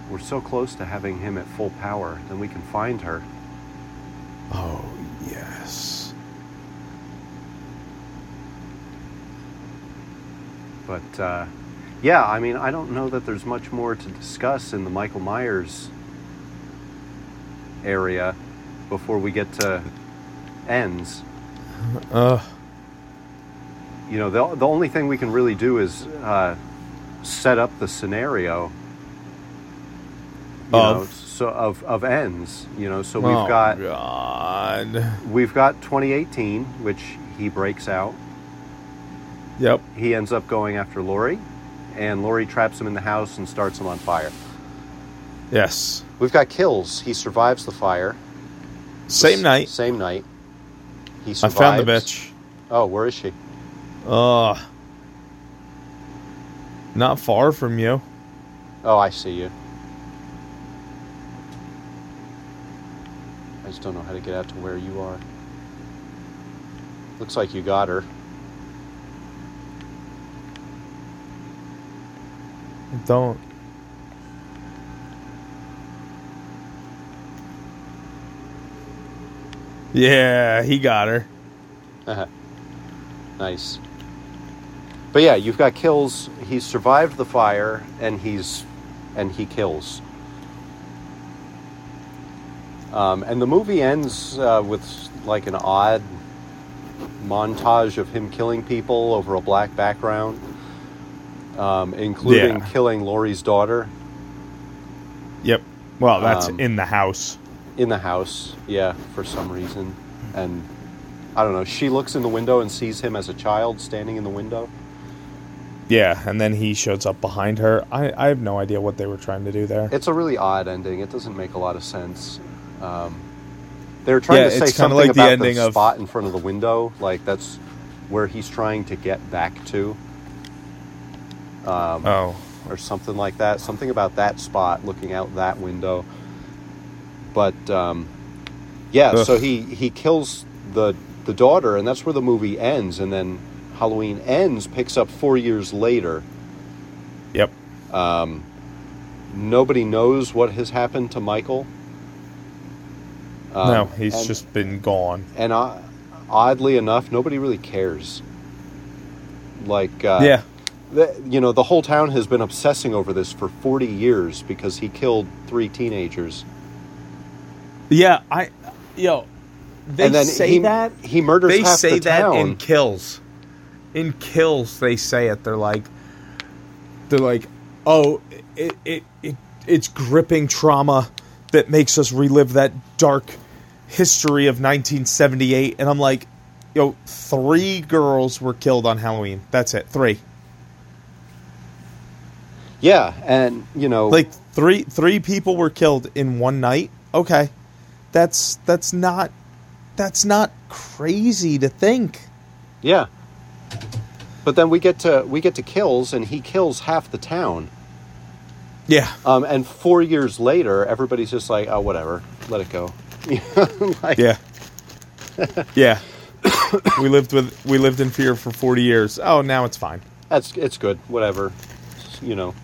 Speaker 3: We're so close to having him at full power, then we can find her.
Speaker 2: Oh, yes.
Speaker 3: But uh, yeah, I mean, I don't know that there's much more to discuss in the Michael Myers area before we get to ends.
Speaker 2: Uh,
Speaker 3: You know, the, the only thing we can really do is uh, set up the scenario you know,
Speaker 2: Of?
Speaker 3: so of, of ends. You know, so we've
Speaker 2: oh,
Speaker 3: got
Speaker 2: God.
Speaker 3: we've got 2018, which he breaks out.
Speaker 2: Yep.
Speaker 3: He ends up going after Lori, and Lori traps him in the house and starts him on fire.
Speaker 2: Yes.
Speaker 3: We've got kills. He survives the fire.
Speaker 2: Same night.
Speaker 3: Same night. He
Speaker 2: I
Speaker 3: survives.
Speaker 2: found the bitch.
Speaker 3: Oh, where is she?
Speaker 2: Uh, not far from you.
Speaker 3: Oh, I see you. I just don't know how to get out to where you are. Looks like you got her.
Speaker 2: Don't. Yeah, he got her.
Speaker 3: nice. But yeah, you've got kills. He survived the fire, and he's and he kills. Um, and the movie ends uh, with like an odd montage of him killing people over a black background, um, including
Speaker 2: Yeah.
Speaker 3: killing Laurie's daughter
Speaker 2: Yep. Well, that's
Speaker 3: Um,
Speaker 2: in the house.
Speaker 3: in the house. Yeah, for some reason, and I don't know. She looks in the window and sees him as a child standing in the window.
Speaker 2: Yeah, and then he shows up behind her. I, I have no idea what they were trying to do there.
Speaker 3: It's a really odd ending. It doesn't make a lot of sense. Um, they were trying
Speaker 2: Yeah,
Speaker 3: to say
Speaker 2: it's kinda
Speaker 3: something
Speaker 2: like the
Speaker 3: about
Speaker 2: ending
Speaker 3: the
Speaker 2: of-
Speaker 3: spot in front of the window, like that's where he's trying to get back to, um,
Speaker 2: Oh.
Speaker 3: or something like that. Something about that spot, looking out that window. But um, yeah,
Speaker 2: Ugh.
Speaker 3: so he he kills the the daughter, and that's where the movie ends. And then Halloween ends picks up four years later.
Speaker 2: Yep.
Speaker 3: Um, nobody knows what has happened to Michael. Um,
Speaker 2: no, he's
Speaker 3: and-
Speaker 2: just been gone.
Speaker 3: and uh, oddly enough, nobody really cares. Like, uh,
Speaker 2: yeah.
Speaker 3: the, you know, the whole town has been obsessing over this for forty years because he killed three teenagers,
Speaker 2: Yeah, I yo they
Speaker 3: and then
Speaker 2: say
Speaker 3: he,
Speaker 2: that
Speaker 3: he murders
Speaker 2: they
Speaker 3: half
Speaker 2: say
Speaker 3: the
Speaker 2: that
Speaker 3: town.
Speaker 2: in kills. In kills they say it. They're like they're like, "Oh, it it, it it's gripping trauma that makes us relive that dark history of 1978." And I'm like, "Yo, 3 girls were killed on Halloween. That's it. 3."
Speaker 3: yeah, and you know,
Speaker 2: like three three people were killed in one night okay that's that's not that's not crazy to think.
Speaker 3: Yeah. But then we get to we get to kills, and he kills half the town.
Speaker 2: Yeah.
Speaker 3: Um, and four years later, everybody's just like, "Oh, whatever, let it go." You know, like,
Speaker 2: Yeah. yeah. we lived with we lived in fear for 40 years. Oh, now it's fine.
Speaker 3: That's it's good. Whatever, you know.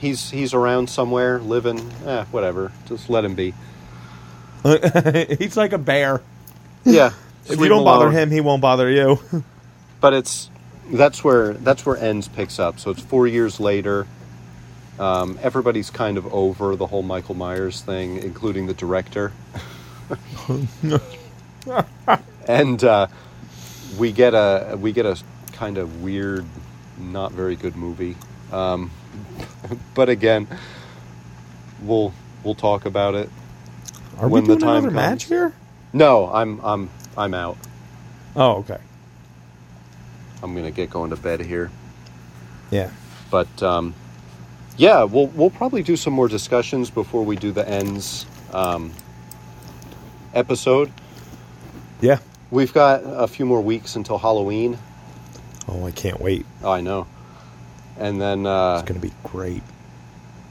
Speaker 3: He's he's around somewhere, living. Eh, whatever. Just let him be.
Speaker 2: He's like a bear.
Speaker 3: Yeah.
Speaker 2: if you don't bother him, he won't bother you.
Speaker 3: but it's that's where that's where ends picks up. So it's four years later. Um, everybody's kind of over the whole Michael Myers thing, including the director. and uh, we get a we get a kind of weird, not very good movie. Um, but again, we'll we'll talk about it.
Speaker 2: Are
Speaker 3: When
Speaker 2: we doing
Speaker 3: the time
Speaker 2: another match
Speaker 3: comes.
Speaker 2: here?
Speaker 3: No, I'm I'm I'm out.
Speaker 2: Oh, okay.
Speaker 3: I'm gonna get going to bed here.
Speaker 2: Yeah.
Speaker 3: but um, yeah, we'll we'll probably do some more discussions before we do the ends um, episode.
Speaker 2: Yeah.
Speaker 3: We've got a few more weeks until Halloween.
Speaker 2: Oh, I can't wait.
Speaker 3: Oh, I know, and then uh,
Speaker 2: It's going to be great.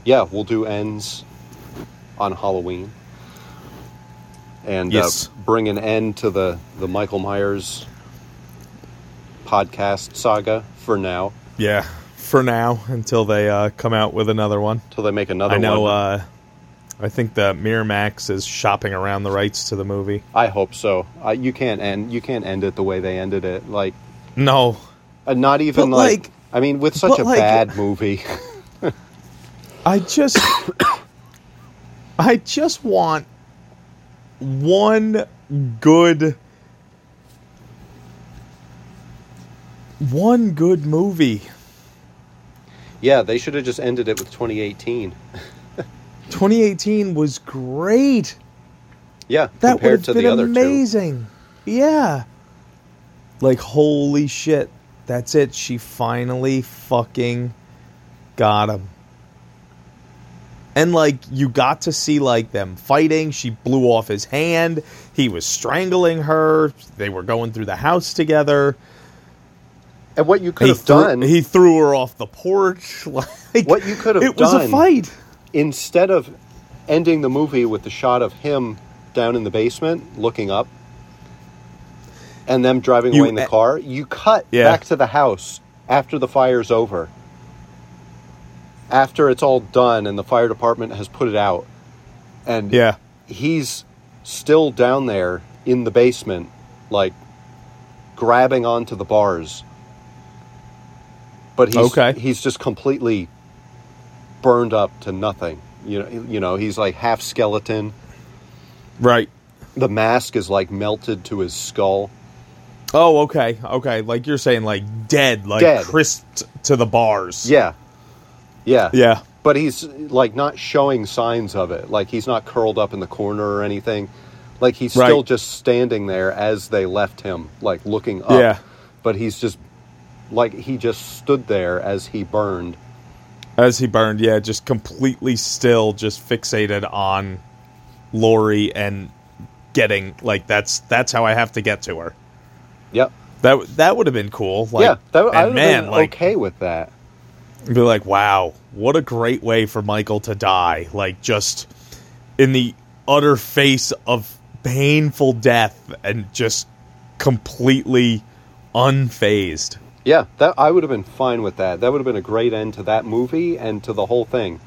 Speaker 3: yeah, we'll do ends on Halloween, and
Speaker 2: Yes.
Speaker 3: uh, bring an end to the the Michael Myers podcast saga for now
Speaker 2: Yeah. For now, until they uh, come out with another one.
Speaker 3: till they make another
Speaker 2: I know.
Speaker 3: one.
Speaker 2: Uh, I think that Miramax is shopping around the rights to the movie.
Speaker 3: I hope so. Uh, you can't end you can't end it the way they ended it. Like
Speaker 2: No,
Speaker 3: Uh, not even
Speaker 2: But,
Speaker 3: like,
Speaker 2: like-
Speaker 3: I mean, with such
Speaker 2: but,
Speaker 3: a
Speaker 2: like-
Speaker 3: bad movie.
Speaker 2: I just, I just want one good, one good movie.
Speaker 3: yeah, they should have just ended it with 2018.
Speaker 2: 2018 was great.
Speaker 3: Yeah,
Speaker 2: That would
Speaker 3: compared
Speaker 2: have
Speaker 3: to
Speaker 2: been
Speaker 3: the other
Speaker 2: amazing. Yeah. Like holy shit, that's it. She finally fucking got him. And like you got to see like them fighting. She blew off his hand. He was strangling her. They were going through the house together.
Speaker 3: two. And what you
Speaker 2: he
Speaker 3: could have
Speaker 2: threw,
Speaker 3: done
Speaker 2: He threw her off the porch. Like
Speaker 3: What you could have
Speaker 2: It was a
Speaker 3: done-
Speaker 2: fight.
Speaker 3: instead of ending the movie with the shot of him down in the basement looking up and them driving
Speaker 2: You
Speaker 3: away in the
Speaker 2: a-
Speaker 3: car, you cut
Speaker 2: Yeah.
Speaker 3: back to the house after the fire's over. After it's all done and the fire department has put it out. And
Speaker 2: Yeah.
Speaker 3: he's still down there in the basement, like grabbing onto the bars. But he's
Speaker 2: Okay.
Speaker 3: he's just completely burned up to nothing. You know, you know, he's like half skeleton.
Speaker 2: Right.
Speaker 3: The mask is like melted to his skull.
Speaker 2: Oh, okay, okay. Like you're saying, like dead, like
Speaker 3: Dead.
Speaker 2: crisped to the bars.
Speaker 3: Yeah. Yeah.
Speaker 2: yeah,
Speaker 3: But he's like not showing signs of it. Like he's not curled up in the corner or anything. Like he's
Speaker 2: Right.
Speaker 3: still just standing there as they left him, like looking up.
Speaker 2: Yeah.
Speaker 3: But he's just like he just stood there as he burned.
Speaker 2: as he burned. Yeah, just completely still, just fixated on Lori and getting like that's that's how I have to get to her.
Speaker 3: Yep.
Speaker 2: That w- that would have been cool. Like,
Speaker 3: yeah. That I
Speaker 2: and
Speaker 3: would
Speaker 2: man,
Speaker 3: been
Speaker 2: like
Speaker 3: okay with that.
Speaker 2: be like, wow, what a great way for Michael to die. Like just in the utter face of painful death and just completely unfazed.
Speaker 3: Yeah, that I would have been fine with that. That would have been a great end to that movie and to the whole thing.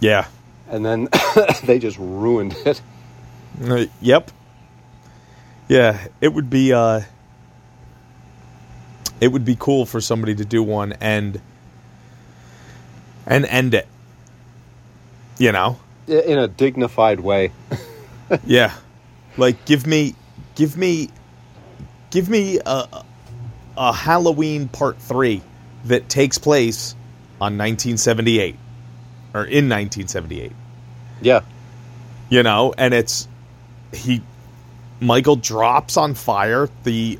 Speaker 2: Yeah.
Speaker 3: And then they just ruined it.
Speaker 2: Uh, yep. Yeah, it would be uh it would be cool for somebody to do one and and end it. You know?
Speaker 3: in a dignified way.
Speaker 2: Yeah. Like give me give me give me a a Halloween part 3 that takes place on 1978 or in 1978.
Speaker 3: Yeah.
Speaker 2: you know and it's he michael drops on fire the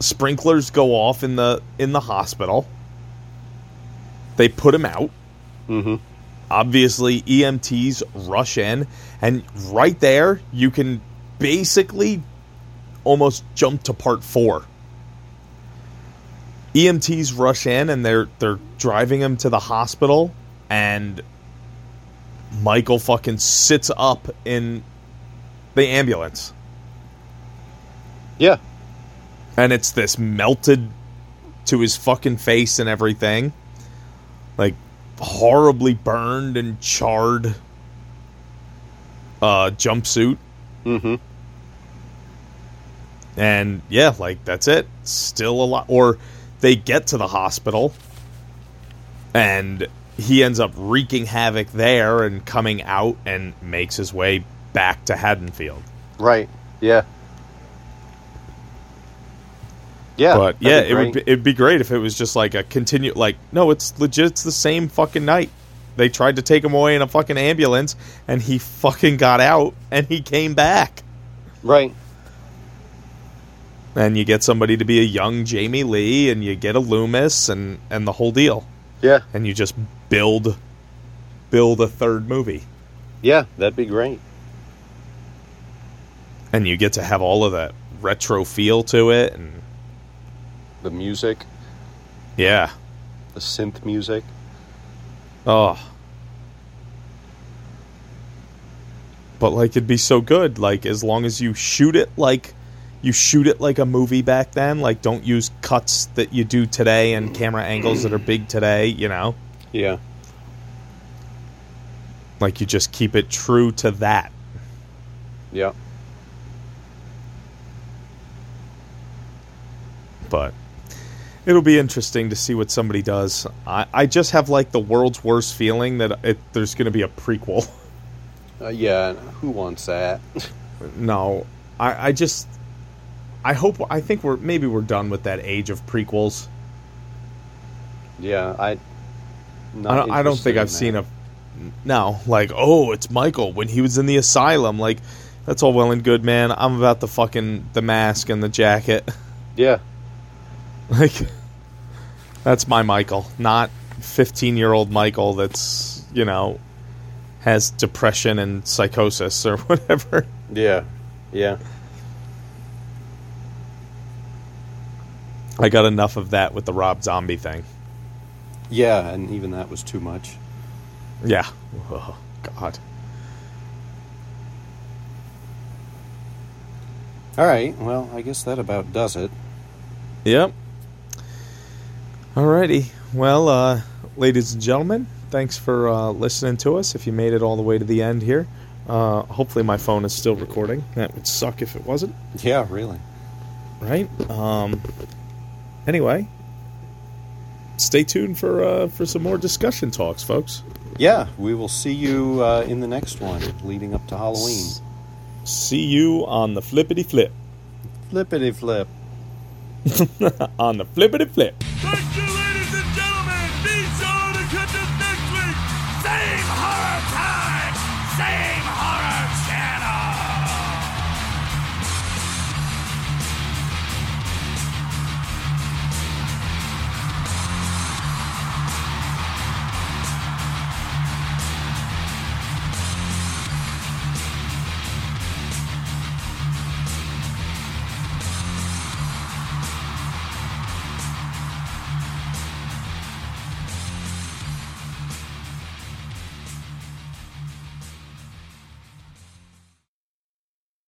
Speaker 2: sprinklers go off in the in the hospital they put him out E
Speaker 3: Mhm.
Speaker 2: obviously emts rush in and right there you can basically almost jumped to part four. EMTs rush in and they're they're driving him to the hospital, and Michael fucking sits up in the ambulance,
Speaker 3: Yeah.
Speaker 2: and it's this melted to his fucking face and everything, like horribly burned and charred uh, jumpsuit.
Speaker 3: Mm-hmm.
Speaker 2: and yeah, like that's it. Still a lot, or they get to the hospital, and he ends up wreaking havoc there and coming out and makes his way back to Haddonfield.
Speaker 3: Right. Yeah. Yeah.
Speaker 2: but
Speaker 3: that'd
Speaker 2: yeah, it would be,
Speaker 3: great.
Speaker 2: it'd be great if it was just like a continue. Like no, it's legit. It's the same fucking night. They tried to take him away in a fucking ambulance, and he fucking got out, and he came back.
Speaker 3: right.
Speaker 2: And you get somebody to be a young Jamie Lee, and you get a Loomis, and and the whole deal.
Speaker 3: Yeah.
Speaker 2: and you just build build a third movie
Speaker 3: Yeah. That'd be great.
Speaker 2: and you get to have all of that retro feel to it and
Speaker 3: The music,
Speaker 2: yeah
Speaker 3: the synth music.
Speaker 2: oh but like it'd be so good like as long as you shoot it like you shoot it like a movie back then like don't use cuts that you do today and camera angles that are big today you know
Speaker 3: Yeah.
Speaker 2: like you just keep it true to that
Speaker 3: Yeah.
Speaker 2: but it'll be interesting to see what somebody does. I, I just have like the world's worst feeling that it, there's going to be a prequel.
Speaker 3: Uh, yeah. Who wants that?
Speaker 2: no, I, I just I hope I think we're maybe we're done with that age of prequels.
Speaker 3: yeah. I. Not
Speaker 2: I don't, I don't
Speaker 3: interested
Speaker 2: think
Speaker 3: in
Speaker 2: I've
Speaker 3: that.
Speaker 2: seen a no like oh it's Michael when he was in the asylum like that's all well and good man. I'm about the fucking the mask and the jacket
Speaker 3: Yeah.
Speaker 2: like that's my Michael, not 15 year old Michael that's you know has depression and psychosis or whatever.
Speaker 3: Yeah. Yeah.
Speaker 2: I got enough of that with the Rob Zombie thing.
Speaker 3: Yeah. And even that was too much.
Speaker 2: Yeah. Oh, God.
Speaker 3: All right. Well, I guess that about does it.
Speaker 2: Yep. Alrighty. Well, uh, ladies and gentlemen, thanks for uh, listening to us. If you made it all the way to the end here, uh, hopefully my phone is still recording. That would suck if it wasn't.
Speaker 3: Yeah. Really.
Speaker 2: right? Um, anyway, stay tuned for uh, for some more discussion talks, folks.
Speaker 3: Yeah. We will see you uh, in the next one, leading up to Halloween.
Speaker 2: S- See you on the flippity flip,
Speaker 3: Flippity flip.
Speaker 2: on the flippity flip.
Speaker 1: Thank you